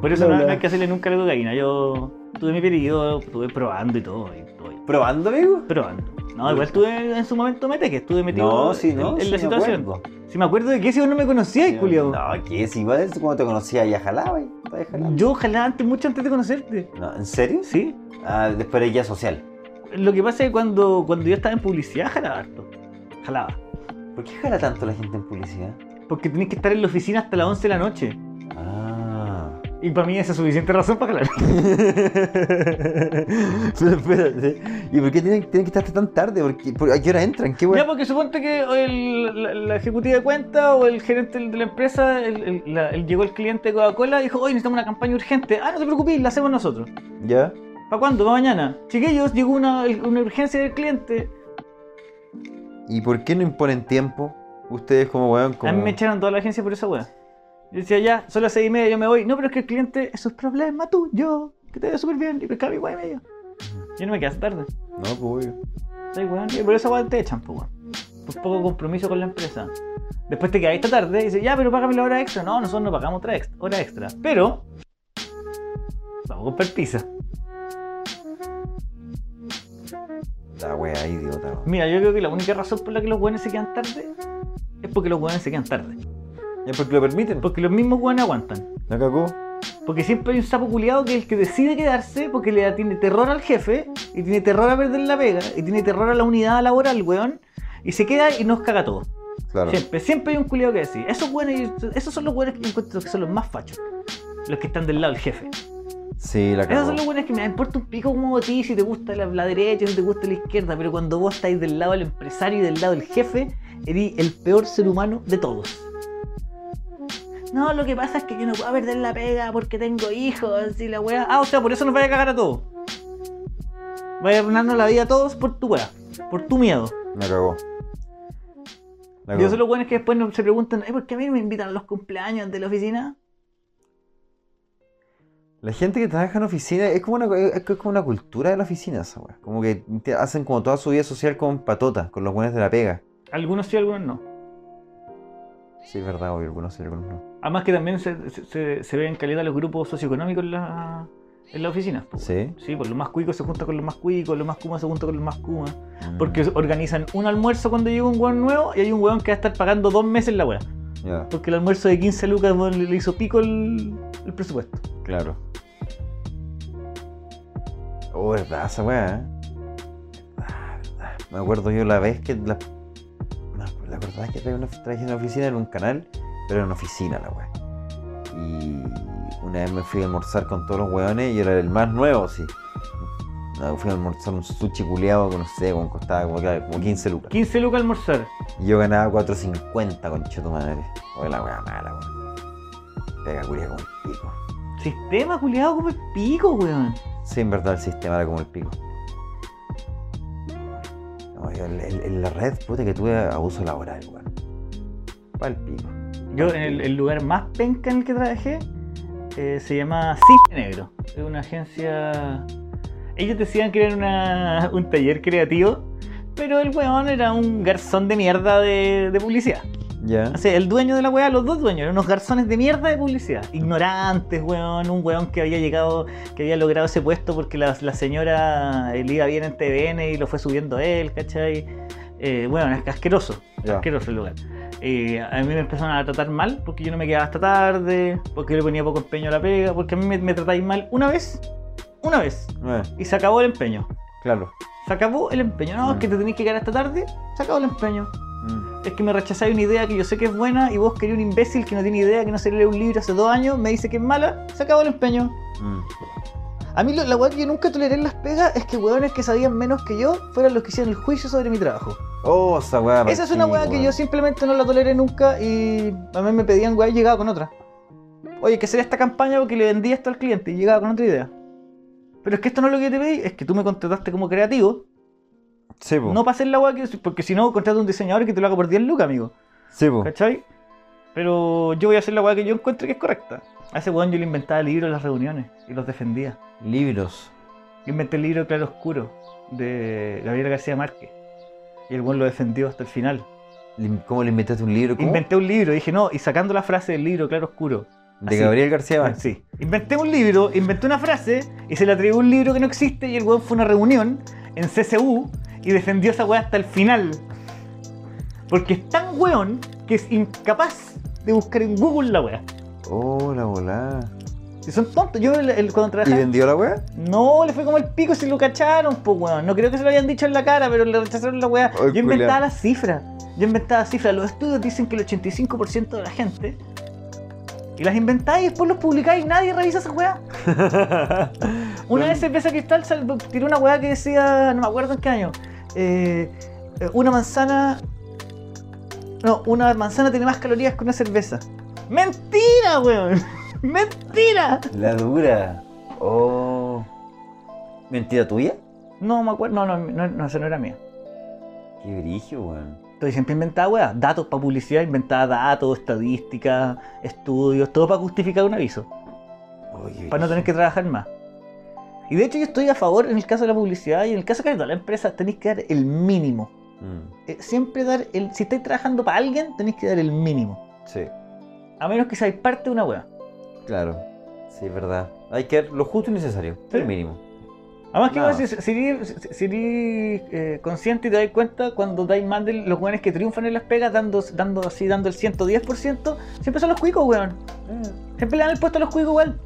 Speaker 1: Por eso no,
Speaker 2: Hola.
Speaker 1: no hay que hacerle nunca la cocaína. Yo tuve mi periodo, estuve probando y todo, y estoy
Speaker 3: ¿Probando, amigo?
Speaker 1: probando. No, igual estuve en su momento mete que estuve metido
Speaker 3: No, sí, no,
Speaker 1: en, en
Speaker 3: sí
Speaker 1: la
Speaker 3: me
Speaker 1: situación.
Speaker 3: acuerdo.
Speaker 1: Si me acuerdo de que si vos no me conocías, culiao.
Speaker 3: No, que es igual es como te conocía ya jalaba y estaba jalando.
Speaker 1: Yo ojalá antes, mucho antes de conocerte.
Speaker 3: No, ¿en serio?
Speaker 1: Sí.
Speaker 3: Ah, después era ya social.
Speaker 1: Lo que pasa es que cuando, cuando yo estaba en publicidad jalaba harto. Jalaba.
Speaker 3: ¿Por qué jala tanto la gente en publicidad?
Speaker 1: Porque tenés que estar en la oficina hasta las 11 de la noche.
Speaker 3: Ah.
Speaker 1: Y para mí esa es suficiente razón para jalar.
Speaker 2: Pero espérate. ¿Y por qué tienen, tienen que estar tan tarde? ¿Por qué- por- ¿A qué hora entran? ¿Qué
Speaker 1: Ya,
Speaker 2: weá?
Speaker 1: porque suponte que el- la, la ejecutiva de cuenta o el gerente de la empresa, el, el- la- el- llegó el cliente de Coca-Cola y dijo, hoy necesitamos una campaña urgente. Ah, no te preocupes, la hacemos nosotros.
Speaker 2: Ya.
Speaker 1: ¿Para cuándo? ¿Para mañana? Chiquillos, llegó una, una urgencia del cliente.
Speaker 2: ¿Y por qué no imponen tiempo? Ustedes como weón, como...
Speaker 1: A mí me echaron toda la agencia por esa weá. Yo decía, ya, son las seis y media, yo me voy. No, pero es que el cliente, eso es problema tuyo. Que te veo súper bien. Y pescaba mi weá y medio. Yo no me quedé hasta tarde.
Speaker 2: No, pues obvio.
Speaker 1: Soy weón. Y por esa weá te echan, pues weón. Por poco compromiso con la empresa. Después te quedáis esta tarde y dices, ya, pero págame la hora extra. No, nosotros no pagamos otra ex- hora extra. Pero. Vamos a comprar pizza.
Speaker 2: La weá, idiota. weón.
Speaker 1: Mira, yo creo que la única razón por la que los weones se quedan tarde es porque los weones se quedan tarde.
Speaker 2: Ya porque lo permiten.
Speaker 1: Porque los mismos weones aguantan.
Speaker 2: ¿No cagó?
Speaker 1: Porque siempre hay un sapo culiado que es el que decide quedarse porque le da- tiene terror al jefe, y tiene terror a perder la pega, y tiene terror a la unidad laboral, weón, y se queda y nos caga todo.
Speaker 2: Claro.
Speaker 1: Siempre, siempre hay un culiado que decir. Esos weones, esos son los weones que yo encuentro que son los más fachos. Los que están del lado del jefe.
Speaker 2: Sí, la
Speaker 1: Esos
Speaker 2: cagó.
Speaker 1: son los weones que me importa un pico como a ti, si te gusta la, la derecha, si te gusta la izquierda, pero cuando vos estáis del lado del empresario y del lado del jefe, eres el peor ser humano de todos. No, lo que pasa es que yo no puedo perder la pega porque tengo hijos y la weá. Ah, o sea, por eso nos vaya a cagar a todos. Vaya a arruinarnos la vida a todos por tu weá, por tu miedo.
Speaker 2: Me cagó. Me
Speaker 1: Yo
Speaker 2: cagó.
Speaker 1: sé lo bueno es que después no- se preguntan, "Ay, ¿por qué a mí no me invitan a los cumpleaños de la oficina?
Speaker 2: La gente que trabaja en oficina es como una, es que es como una cultura de la oficina, esa weá. Como que te hacen como toda su vida social con patotas, con los buenos de la pega.
Speaker 1: Algunos sí, algunos no.
Speaker 2: Sí, es verdad, obvio, algunos sí, algunos no.
Speaker 1: Además que también se, se- se, se ven calidad los grupos socioeconómicos en la, en la oficina. po.
Speaker 2: ¿Sí?
Speaker 1: Sí, pues los más cuicos se juntan con los más cuicos, los más kumas se juntan con los más kumas.
Speaker 2: Mm.
Speaker 1: Porque organizan un almuerzo cuando llega un weón nuevo y hay un weón que va a estar pagando dos meses la weá.
Speaker 2: Ya,
Speaker 1: Porque el almuerzo de 15 lucas weón, le le hizo pico el, el presupuesto.
Speaker 2: claro. Oh, verdad, esa weá. ¿eh? Verdad, verdad. Me acuerdo yo la vez que la. me- La verdad es que trabajé en una- trabajé en una oficina, era un canal, pero era una oficina la weá. Y una vez me fui a almorzar con todos los weones y era el más nuevo, sí. No, fui a almorzar un sushi culeado que no sé, con costaba como, claro, como 15 lucas.
Speaker 1: 15 lucas almorzar.
Speaker 2: Y yo ganaba 4.50 con tu madre. Oye, la weá mala, weón. Pega culia como el pico.
Speaker 1: Sistema culiado como el pico, weón.
Speaker 2: Sí, en verdad el sistema era como el pico. No, yo en- en- en la red, puta, que tuve abuso laboral, weón. Pa'l pico.
Speaker 1: Yo en el, el lugar más penca en el que trabajé eh, se llama Cine Negro. Es una agencia. Ellos decían que eran una- un taller creativo, pero el weón era un garzón de mierda de, de publicidad.
Speaker 2: Ya.
Speaker 1: O sea, el dueño de la weá, los dos dueños, eran unos garzones de mierda de publicidad. Ignorantes, weón. Un weón que había llegado, que había logrado ese puesto porque la, la señora eh, le iba bien en TVN y lo fue subiendo él, ¿cachai? Eh, weón, es asqueroso
Speaker 2: ya.
Speaker 1: asqueroso el lugar. Eh, a mí me empezaron a tratar mal porque yo no me quedaba hasta tarde, porque yo le ponía poco empeño a la pega, porque a mí me, me tratáis mal una vez, una vez,
Speaker 2: Eh,
Speaker 1: y se acabó el empeño.
Speaker 2: claro.
Speaker 1: Se acabó el empeño. No, es que te tenéis que quedar hasta tarde, se acabó el empeño.
Speaker 2: Mm.
Speaker 1: Es que me rechazáis una idea que yo sé que es buena y vos querés un imbécil que no tiene idea, que no se lee un libro hace dos años, me dice que es mala, se acabó el empeño.
Speaker 2: Mm.
Speaker 1: A mí lo- la weá que yo nunca toleré en las pegas es que weones que sabían menos que yo fueran los que hicieron el juicio sobre mi trabajo.
Speaker 2: Oh, esa weá.
Speaker 1: Esa es una
Speaker 2: sí,
Speaker 1: weá que yo simplemente no la toleré nunca y a mí me pedían weá y llegaba con otra. Oye, que sería esta campaña porque le vendí esto al cliente y llegaba con otra idea. Pero es que esto no es lo que te pedí, es que tú me contrataste como creativo,
Speaker 2: Sí, po.
Speaker 1: no para hacer la weá que. Porque si no, contrata un diseñador que te lo haga por 10 lucas, amigo.
Speaker 2: Sí, po.
Speaker 1: ¿Cachai? Pero yo voy a hacer la weá que yo encuentre que es correcta. A ese weón yo le inventaba libros en las reuniones y los defendía.
Speaker 2: Libros.
Speaker 1: Yo inventé el libro Claro Oscuro de Gabriel García Márquez. Y el weón lo defendió hasta el final.
Speaker 2: Lim- ¿Cómo le inventaste un libro? ¿Cómo?
Speaker 1: Inventé un libro, dije no, y sacando la frase del libro, claro oscuro.
Speaker 2: De
Speaker 1: así.
Speaker 2: Gabriel García Márquez.
Speaker 1: Sí. Inventé un libro, inventé una frase y se le atribuyó un libro que no existe y el weón fue a una reunión en CCU y defendió esa weá hasta el final. Porque es tan weón que es incapaz de buscar en Google la weá.
Speaker 2: Oh, la volá.
Speaker 1: Si son tontos, yo el, el- cuando
Speaker 2: ¿Y
Speaker 1: trabajaba...
Speaker 2: vendió la weá?
Speaker 1: No, le fue como el pico si lo cacharon, pues weón. No creo que se lo hayan dicho en la cara, pero le rechazaron la weá.
Speaker 2: Ay,
Speaker 1: Yo inventaba
Speaker 2: culiao.
Speaker 1: las cifras. Yo inventaba cifras. Los estudios dicen que el 85% de la gente. Y las inventáis y después los publicáis y nadie revisa esa weá. Una vez Cerveza Cristal sal- tiró una weá que decía, no me acuerdo en qué año. eh, eh, una manzana. No, una manzana tiene más calorías que una cerveza. ¡Mentira, weón! ¡Mentira!
Speaker 2: La dura. Oh. ¿Mentira tuya?
Speaker 1: No me acuerdo. No, no, no, no, esa no era mía.
Speaker 2: Qué brillo, weón.
Speaker 1: Entonces siempre inventaba weá, datos para publicidad, inventaba datos, estadísticas, estudios, todo para justificar un aviso,
Speaker 2: Oye,
Speaker 1: para no tener que trabajar más. Y de hecho yo estoy a favor en el caso de la publicidad y en el caso de todas las empresas tenéis que dar el mínimo.
Speaker 2: Mm,
Speaker 1: Eh, Siempre dar el, si estáis trabajando para alguien tenéis que dar el mínimo,
Speaker 2: sí,
Speaker 1: a menos que seáis parte de una weá.
Speaker 2: claro. Sí, es verdad. Hay que dar lo justo y necesario.
Speaker 1: Sí.
Speaker 2: El mínimo.
Speaker 1: Además que
Speaker 2: No.
Speaker 1: weón, si si- si eres- si- si eres, eh, consciente y te dais cuenta cuando dais más de los weones que triunfan en las pegas dando, dando así, dando el 110%, siempre son los cuicos, weón. Siempre le dan el puesto a los cuicos igual.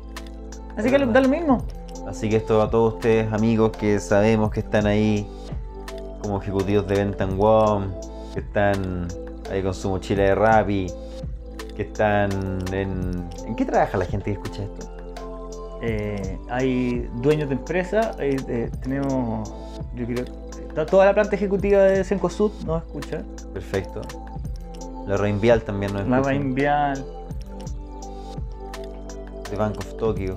Speaker 1: Así que lo- da lo mismo.
Speaker 2: Así que esto a todos ustedes, amigos que sabemos que están ahí como ejecutivos de venta en WOM, que están ahí con su mochila de Rappi, que están en... ¿En qué trabaja la gente que escucha esto?
Speaker 1: Eh, hay dueños de empresa, hay, eh, tenemos, yo creo, está toda la planta ejecutiva de Cencosud nos escucha,
Speaker 2: Perfecto. La Reinvial también nos
Speaker 1: la
Speaker 2: escucha.
Speaker 1: Rainvial,
Speaker 2: De Bank of Tokyo.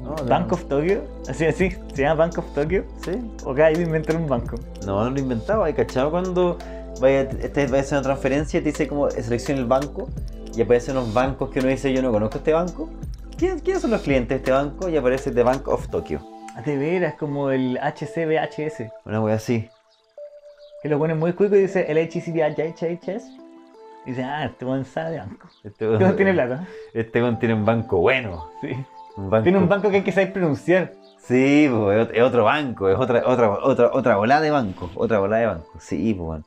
Speaker 2: No, no,
Speaker 1: Bank
Speaker 2: no.
Speaker 1: of Tokyo, así, así, se llama Bank of Tokyo.
Speaker 2: Sí.
Speaker 1: O acá me inventaron un banco.
Speaker 2: No, no lo inventaba, ¿eh? ¿cachado? Cuando vaya, este, vaya a hacer una transferencia, te dice como selecciona el banco y aparecen unos bancos que uno dice, yo no conozco este banco. ¿Quién- ¿Quiénes son los clientes de este banco? Y aparece The Bank of Tokyo.
Speaker 1: Ah, De veras, como el HCBHS.
Speaker 2: Una wea así.
Speaker 1: Que lo ponen muy cuico y dice el HCBHS. Y dice, ah, este buen sabe de banco.
Speaker 2: Este
Speaker 1: Este
Speaker 2: weón
Speaker 1: weón tiene plata.
Speaker 2: Este weón tiene un banco bueno.
Speaker 1: Sí.
Speaker 2: Un banco-
Speaker 1: Tiene un banco que hay que saber pronunciar.
Speaker 2: Sí, po, es ot- es otro banco, es otra, otra, otra, otra bola de banco, otra bola de banco. Sí, po, weón.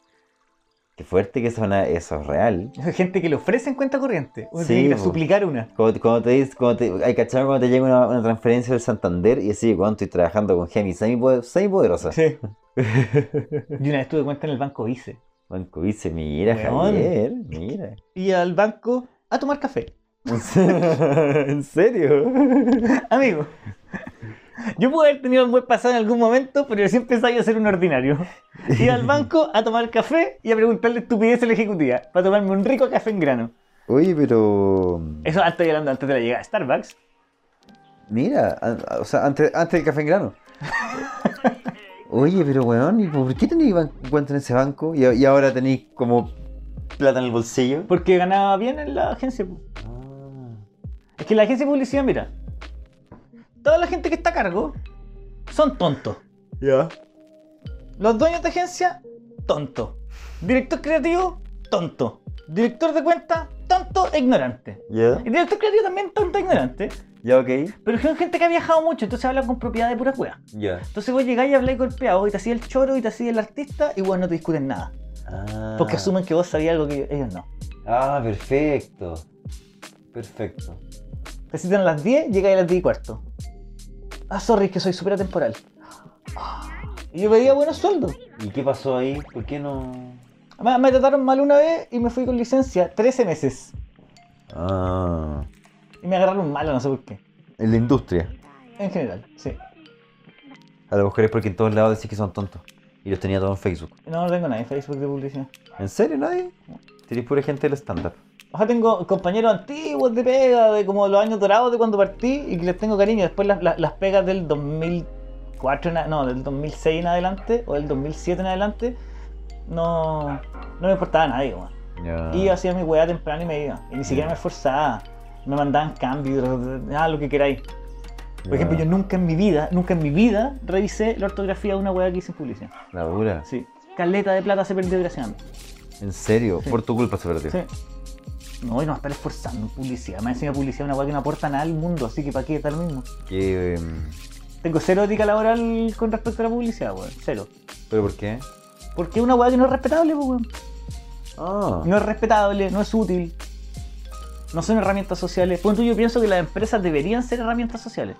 Speaker 2: Qué fuerte que suena eso, es real.
Speaker 1: Esa gente que le ofrecen cuenta corriente. Uno
Speaker 2: Sí,
Speaker 1: tiene que ir a
Speaker 2: po.
Speaker 1: suplicar una.
Speaker 2: Cuando, cuando te dices, cuando te, ay, ¿cachai? Cuando te llega una, una transferencia del Santander y decís, weón, estoy trabajando con Gemi, semi poderosa.
Speaker 1: Sí. Yo una vez tuve cuenta en el banco ICE.
Speaker 2: Banco dice, mira,
Speaker 1: Weón.
Speaker 2: Javier, mira.
Speaker 1: Y al banco a tomar café.
Speaker 2: ¿En serio?
Speaker 1: Amigo. Yo pude haber tenido un buen pasado en algún momento, pero yo siempre sabía ser un ordinario. Iba al banco a tomar café y a preguntarle estupidez a la ejecutiva para tomarme un rico café en grano.
Speaker 2: Oye, pero.
Speaker 1: Eso estoy hablando antes de la llegada a Starbucks.
Speaker 2: Mira, a- a- o sea, antes, antes del café en grano. Oye, pero weón, ¿y por qué tenéis ban- cuenta en ese banco y, a- y ahora tenéis como plata en el bolsillo?
Speaker 1: Porque ganaba bien en la agencia. pu. Es que la agencia de publicidad, mira. Toda la gente que está a cargo son tontos.
Speaker 2: Ya.
Speaker 1: Los dueños de agencia, tonto. Director creativo, tonto. Director de cuenta, tonto e ignorante.
Speaker 2: Ya.
Speaker 1: Y director creativo también tonto e ignorante.
Speaker 2: Ya, ok.
Speaker 1: Pero son gente que ha viajado mucho, entonces hablan con propiedad de puras weas.
Speaker 2: Ya.
Speaker 1: Entonces vos llegás y habláis golpeado y te hacía el choro y te hacía el artista y bueno, no te discuten nada. Porque asumen que vos sabías algo que ellos no.
Speaker 2: Ah, perfecto. Perfecto.
Speaker 1: Te citan a las 10, llegáis a las 10 y cuarto. Ah, sorry, es que soy súper atemporal. Ah, Y yo pedía buenos sueldos.
Speaker 2: ¿Y qué pasó ahí? ¿Por qué no.?
Speaker 1: Además, me trataron mal una vez y me fui con licencia 13 meses.
Speaker 2: Ah.
Speaker 1: Y me agarraron malo, no sé por qué.
Speaker 2: En la industria.
Speaker 1: En general, sí.
Speaker 2: A lo mejor es porque en todos lados decís que son tontos. Y los tenía todos en Facebook.
Speaker 1: No, no tengo nadie en Facebook de publicidad.
Speaker 2: ¿En serio nadie? Tenés pura gente del stand-up.
Speaker 1: O sea, tengo compañeros antiguos de pega, de como los años dorados de cuando partí y que les tengo cariño. Después las, las- las pegas del 2004, en a- no, del 2006 en adelante o del 2007 en adelante, no, no me importaba a nadie, weón.
Speaker 2: Ya.
Speaker 1: Iba, hacía mi weá temprano y me iba. Y ni siquiera me esforzaba. Me mandaban cambios, nada, lo que queráis. Por ejemplo, yo nunca en mi vida, nunca en mi vida revisé la ortografía de una weá que hice en publicidad.
Speaker 2: La dura.
Speaker 1: Sí. Caleta de plata se perdió desgraciadamente.
Speaker 2: ¿En serio? Por tu culpa se perdió.
Speaker 1: Sí. No, y nos estar esforzando en publicidad. Más encima publicidad es una weá que no aporta nada al mundo, así que para qué está lo mismo.
Speaker 2: Que, em,
Speaker 1: Tengo cero ética laboral con respecto a la publicidad, weón. Cero.
Speaker 2: ¿Pero por qué?
Speaker 1: Porque es una weá que no es respetable, pues, weón.
Speaker 2: Ah.
Speaker 1: No es respetable, no es útil. No son herramientas sociales. Por yo pienso que las empresas deberían ser herramientas sociales.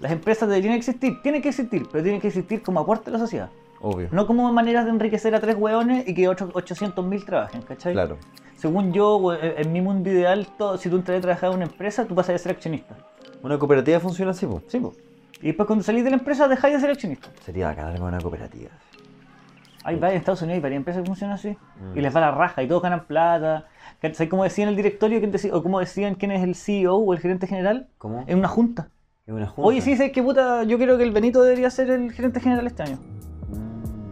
Speaker 1: Las empresas deberían existir, tienen que existir, pero tienen que existir como aporte a la sociedad.
Speaker 2: Obvio.
Speaker 1: No como maneras de enriquecer a tres hueones y que otros 800.000 trabajen, ¿cachai?
Speaker 2: Claro.
Speaker 1: Según yo, we- eh, en mi mundo ideal, todo- si tú entras a trabajar en una empresa, tú pasas a ser accionista.
Speaker 2: Una cooperativa funciona así, po.
Speaker 1: Sí, po. Y después cuando salís de la empresa, dejáis de ser accionista.
Speaker 2: Sería bacán armar una cooperativa.
Speaker 1: Hay varias en Estados Unidos y varias empresas que funcionan así.
Speaker 2: Mm.
Speaker 1: Y les va la raja y todos ganan plata. ¿Cachai? Como decían el directorio, quién deci- o como decían quién es el CEO o el gerente general,
Speaker 2: ¿Cómo?
Speaker 1: en una junta.
Speaker 2: Es una junta.
Speaker 1: Em, Oye, sí, sé que puta, yo creo que el Benito debería ser el gerente general este año.
Speaker 2: Mm.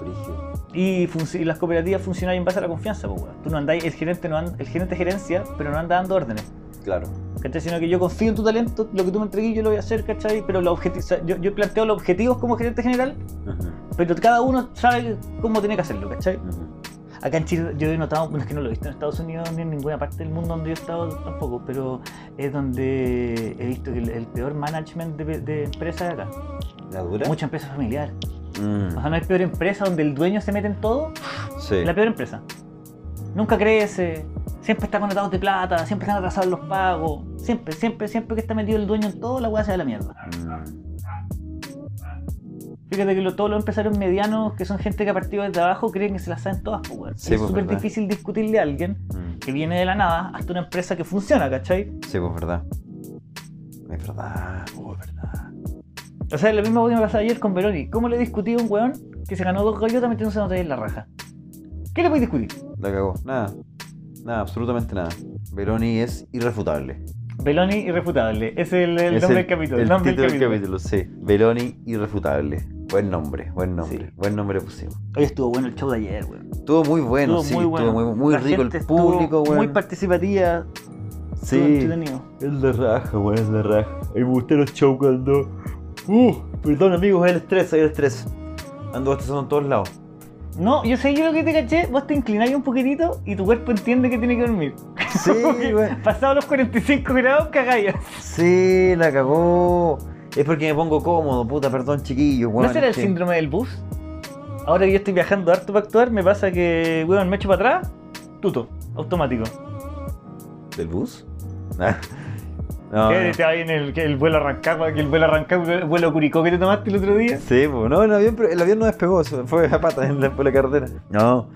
Speaker 2: Brígido.
Speaker 1: Y, func- y las cooperativas funcionan en base a la confianza, pues, weón. Tú no andáis, el gerente no an- el gerente gerencia, pero no anda dando órdenes.
Speaker 2: Claro.
Speaker 1: ¿Cachai? Sino que yo confío en tu talento, lo que tú me entregues yo lo voy a hacer, ¿cachai? Pero los objeti- o sea, yo, yo planteo los objetivos como gerente general,
Speaker 2: Ujú,
Speaker 1: pero cada uno sabe cómo tiene que hacerlo, ¿cachai?
Speaker 2: ujú.
Speaker 1: Acá en Chile yo he notado, bueno, es que no lo he visto en Estados Unidos ni en ninguna parte del mundo donde yo he estado tampoco, pero es donde he visto que el, el peor management de, de empresas acá.
Speaker 2: ¿La dura?
Speaker 1: Mucha empresa familiar.
Speaker 2: Mm,
Speaker 1: O sea, no hay peor empresa donde el dueño se mete en todo,
Speaker 2: Sí.
Speaker 1: es la peor empresa. Nunca crece, siempre está conectado de plata, siempre están atrasados los pagos, siempre, siempre, siempre que está metido el dueño en todo, la weá se da la mierda.
Speaker 2: Mm,
Speaker 1: Fíjate que lo- todos los empresarios medianos, que son gente que ha partido de trabajo, creen que se las saben todas, pues, weón.
Speaker 2: Sí,
Speaker 1: es
Speaker 2: pues,
Speaker 1: súper
Speaker 2: verdad.
Speaker 1: difícil discutirle a alguien
Speaker 2: mm.
Speaker 1: que viene de la nada hasta una empresa que funciona, ¿cachai?
Speaker 2: Sí, pues verdad. Es verdad. Oh, es verdad.
Speaker 1: O sea, lo mismo que me pasó ayer con Veroni. ¿Cómo le discutí a un weón que se ganó dos gallotas metiéndose una botella en la raja? ¿Qué le voy a discutir?
Speaker 2: La cagó. Nada. Nada, absolutamente nada. Veroni es irrefutable.
Speaker 1: Beloni irrefutable. Ese es el, el
Speaker 2: Es
Speaker 1: nombre del capítulo.
Speaker 2: El
Speaker 1: nombre
Speaker 2: título del capítulo, sí. Beloni irrefutable. Buen nombre, buen nombre.
Speaker 1: Sí.
Speaker 2: Buen nombre pusimos.
Speaker 1: Hoy estuvo bueno el show de ayer, weón.
Speaker 2: Estuvo muy bueno, sí. Estuvo muy, muy
Speaker 1: La
Speaker 2: rico
Speaker 1: gente
Speaker 2: el
Speaker 1: estuvo
Speaker 2: público, weón.
Speaker 1: Muy participativa. Sí.
Speaker 2: sí.
Speaker 1: entretenido.
Speaker 2: Es la raja, weón, es la raja. A mí me gustan los shows cuando. Uh, perdón, amigos, el estrés, el estrés. Ando bastante en todos lados.
Speaker 1: No, yo sé yo lo que te caché, vos te inclinás un poquitito y tu cuerpo entiende que tiene que dormir.
Speaker 2: Sí, weón.
Speaker 1: Pasado los 45 grados, cagáis.
Speaker 2: Sí, la cagó. Es porque me pongo cómodo, puta, perdón, chiquillo, weón.
Speaker 1: ¿No será el
Speaker 2: es que-
Speaker 1: síndrome del bus? Ahora que yo estoy viajando harto para actuar, me pasa que, weón, me echo para atrás, tuto, automático.
Speaker 2: ¿Del bus? Ah. No,
Speaker 1: Eh,
Speaker 2: no.
Speaker 1: Te va en el, que el vuelo arrancado, que el vuelo arrancado, el vuelo curicó que te tomaste el otro día.
Speaker 2: Sí, pues no, el avión, el avión no despegó, se fue a pata en la, por la carretera. No,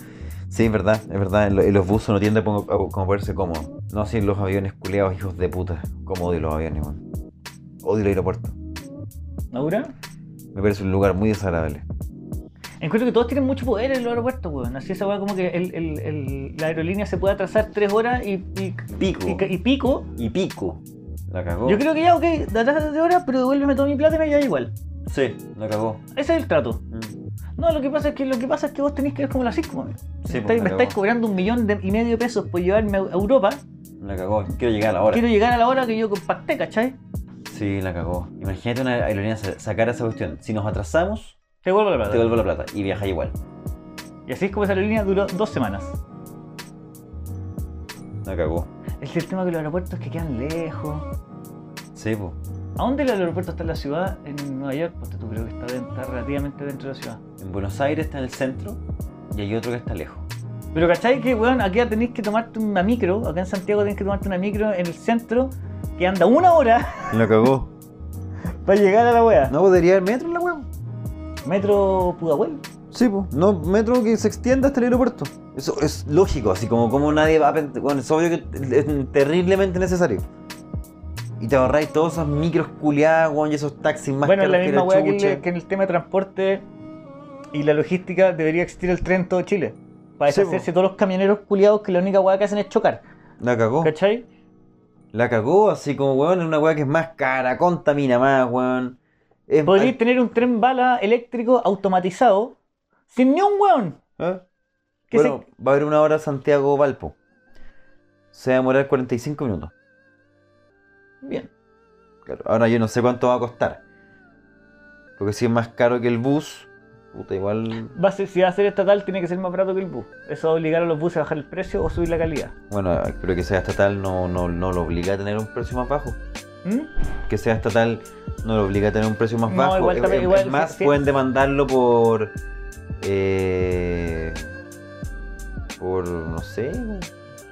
Speaker 2: sí, es verdad, es verdad, en, lo- en los buses no tienden a pongo- a como ponerse cómodo. No, sí, en los aviones culeados, hijos de puta, cómo odio los aviones, weón. Odio el aeropuerto,
Speaker 1: ¿Ahora?
Speaker 2: me parece un lugar muy desagradable.
Speaker 1: Encuentro que todos tienen mucho poder en los aeropuertos, weón. Así esa weá como que el- el- el- la aerolínea se puede atrasar tres horas y, y-
Speaker 3: Pico.
Speaker 2: Oh.
Speaker 1: y- y pico.
Speaker 3: Y pico. La cagó.
Speaker 1: Yo creo que ya, ok, de atrás de tres horas, pero devuélveme todo mi plata y me da igual.
Speaker 3: Sí, la cagó.
Speaker 1: Ese es el trato.
Speaker 3: Mm.
Speaker 1: No, lo que pasa es que lo que pasa es que vos tenés que ver como la Cisco, amigo.
Speaker 3: Sí,
Speaker 1: me,
Speaker 3: pues,
Speaker 1: estáis,
Speaker 3: la
Speaker 1: me estáis
Speaker 3: cagó.
Speaker 1: cobrando un millón de- y medio de pesos por llevarme a Europa.
Speaker 3: La cagó. Quiero llegar a la hora.
Speaker 1: Quiero llegar a la hora que yo compacté, ¿cachai?
Speaker 3: Sí, la cagó. Imagínate una aerolínea sa- sacar esa cuestión. Si nos atrasamos,
Speaker 1: Te vuelvo la
Speaker 3: te
Speaker 1: plata.
Speaker 3: devuelvo la plata y viaja igual.
Speaker 1: Y así es como esa aerolínea duró dos semanas.
Speaker 3: La cagó.
Speaker 1: Es el tema que los aeropuertos que quedan lejos.
Speaker 3: Sí, pues.
Speaker 1: ¿A dónde el aeropuerto está en la ciudad? En Nueva York, porque tú creo que está, dentro- está relativamente dentro de la ciudad.
Speaker 3: En Buenos Aires está en el centro y hay otro que está lejos.
Speaker 1: Pero ¿cachai que, weón, aquí tenéis que tomarte una micro, acá en Santiago tenés que tomarte una micro en el centro que anda una hora
Speaker 2: La cagó.
Speaker 1: para llegar a la wea.
Speaker 2: ¿No podría haber metro en la weón?
Speaker 1: Metro Pudahuel.
Speaker 2: Sí, pues, no, metro que se extienda hasta el aeropuerto. Eso es lógico, así como, como nadie va a pen- bueno, es obvio que es terriblemente necesario. Y te ahorráis todos esos micros culiados, weón, y esos taxis más
Speaker 1: bueno, es la
Speaker 2: caros
Speaker 1: misma wea que,
Speaker 2: chucha.
Speaker 1: el- que en el tema de transporte y la logística debería existir el tren en todo Chile. Para
Speaker 2: Sí,
Speaker 1: deshacerse de todos los camioneros culiados que la única wea que hacen es chocar.
Speaker 2: La cagó.
Speaker 1: ¿Cachai?
Speaker 2: La cagó, así como, weón, es una weá que es más cara, contamina más, weón. Es
Speaker 1: Podrías tener un tren bala eléctrico automatizado sin ni un weón.
Speaker 2: ¿Eh?
Speaker 1: que
Speaker 2: Bueno, va a haber una hora Santiago-Valpo. Se va a demorar 45 minutos.
Speaker 1: se- Bien.
Speaker 2: Claro, Ahora yo no sé cuánto va a costar. Porque si es más caro que el bus, puta, igual.
Speaker 1: Va a ser- si va a ser estatal, tiene que ser más barato que el bus. Eso va a obligar a los buses a bajar el precio o subir la calidad.
Speaker 2: Bueno, pero que sea estatal no, no, no lo obliga a tener un precio más bajo.
Speaker 1: ¿Mm?
Speaker 2: Que sea estatal no lo obliga a tener un precio más
Speaker 1: No,
Speaker 2: bajo.
Speaker 1: igual
Speaker 2: Es-
Speaker 1: también-
Speaker 2: es-
Speaker 1: igual,
Speaker 2: es más,
Speaker 1: sí, sí.
Speaker 2: pueden demandarlo por. eh, por. no sé.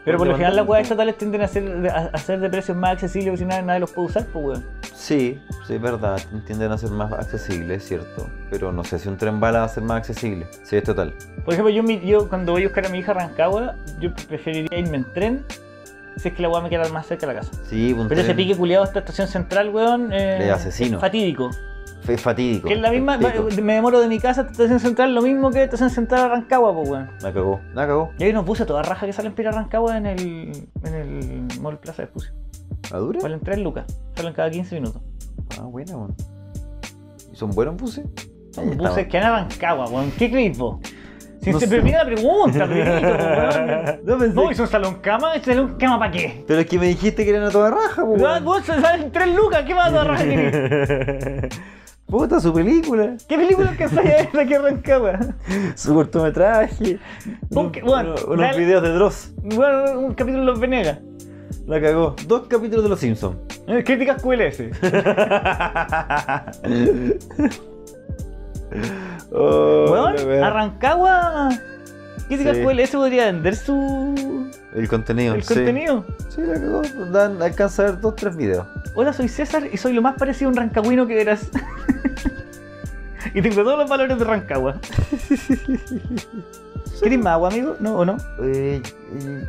Speaker 1: Pero por lo general las weas
Speaker 2: demandarlo.
Speaker 1: estatales tienden a ser, a, a ser de precios más accesibles porque si nadie, nadie los puede usar, pues weón.
Speaker 2: Sí, sí, es verdad. Tienden a ser más accesibles, es cierto. Pero no sé si un tren bala va a ser más accesible. Sí, es total.
Speaker 1: Por ejemplo, yo, mi- yo cuando voy a buscar a mi hija a Rancagua, yo preferiría irme en tren si es que la wea me queda más cerca de la casa.
Speaker 2: Sí, un
Speaker 1: Pero ese
Speaker 2: tren
Speaker 1: pique culiado hasta estación central, weón, eh,
Speaker 2: De asesino.
Speaker 1: fatídico.
Speaker 2: fue fatídico.
Speaker 1: Que es la misma, eh,
Speaker 2: Fatídico.
Speaker 1: me demoro de mi casa hasta estación central, lo mismo que estación central a Rancagua, pues weón.
Speaker 2: La cagó. La cagó.
Speaker 1: Y hay unos buses toda raja que salen para ir a Rancagua en el, en el Mall Plaza de Espucio.
Speaker 2: ¿La dura?
Speaker 1: Valen 3 lucas, salen cada 15 minutos.
Speaker 2: Ah, buena, weón. ¿Y son buenos buses?
Speaker 1: Son
Speaker 2: Ahí está,
Speaker 1: buses
Speaker 2: weón.
Speaker 1: que han arrancado, weón. ¿Qué crees vos? Si
Speaker 2: No
Speaker 1: se
Speaker 2: sé.
Speaker 1: termina la pregunta, primero,
Speaker 2: No
Speaker 1: weón.
Speaker 2: pensé.
Speaker 1: No, hizo un salón cama, ¿y salón cama para qué?
Speaker 2: Pero es que me dijiste que eran a toda raja, po,
Speaker 1: Weón,
Speaker 2: weón.
Speaker 1: Ah, Vos salen tres lucas, ¿qué más arranca querés?
Speaker 2: Puta, su película,
Speaker 1: ¿Qué película que sale a ver que arrancaba?
Speaker 2: su cortometraje,
Speaker 1: Un-
Speaker 2: un-
Speaker 1: weón,
Speaker 2: uno- unos
Speaker 1: dale.
Speaker 2: videos de Dross.
Speaker 1: Bueno, un capítulo de Los Venegas.
Speaker 2: La cagó. Dos capítulos de Los Simpsons.
Speaker 1: Eh, Críticas QLS.
Speaker 2: Oh, la
Speaker 1: Weón,
Speaker 2: wea.
Speaker 1: arrancaba. Críticas
Speaker 2: Sí.
Speaker 1: QLS podría vender su.
Speaker 2: El contenido.
Speaker 1: el
Speaker 2: sí.
Speaker 1: contenido.
Speaker 2: Sí, la cagó. Dan, alcanza a ver dos, tres videos.
Speaker 1: Hola, soy César y soy lo más parecido a un rancagüino que verás. y tengo todos los valores de Rancagua. ¿Querés más agua, amigo? ¿No o no?
Speaker 2: Eh, eh,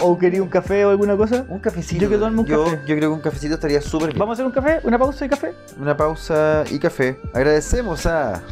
Speaker 1: ¿O quería un café o alguna cosa?
Speaker 2: un cafecito.
Speaker 1: Yo quiero tomarme un
Speaker 2: yo,
Speaker 1: café.
Speaker 2: yo creo que un cafecito estaría súper bien.
Speaker 1: ¿Vamos a hacer un café? ¿Una pausa y café?
Speaker 2: Una pausa y café. Agradecemos a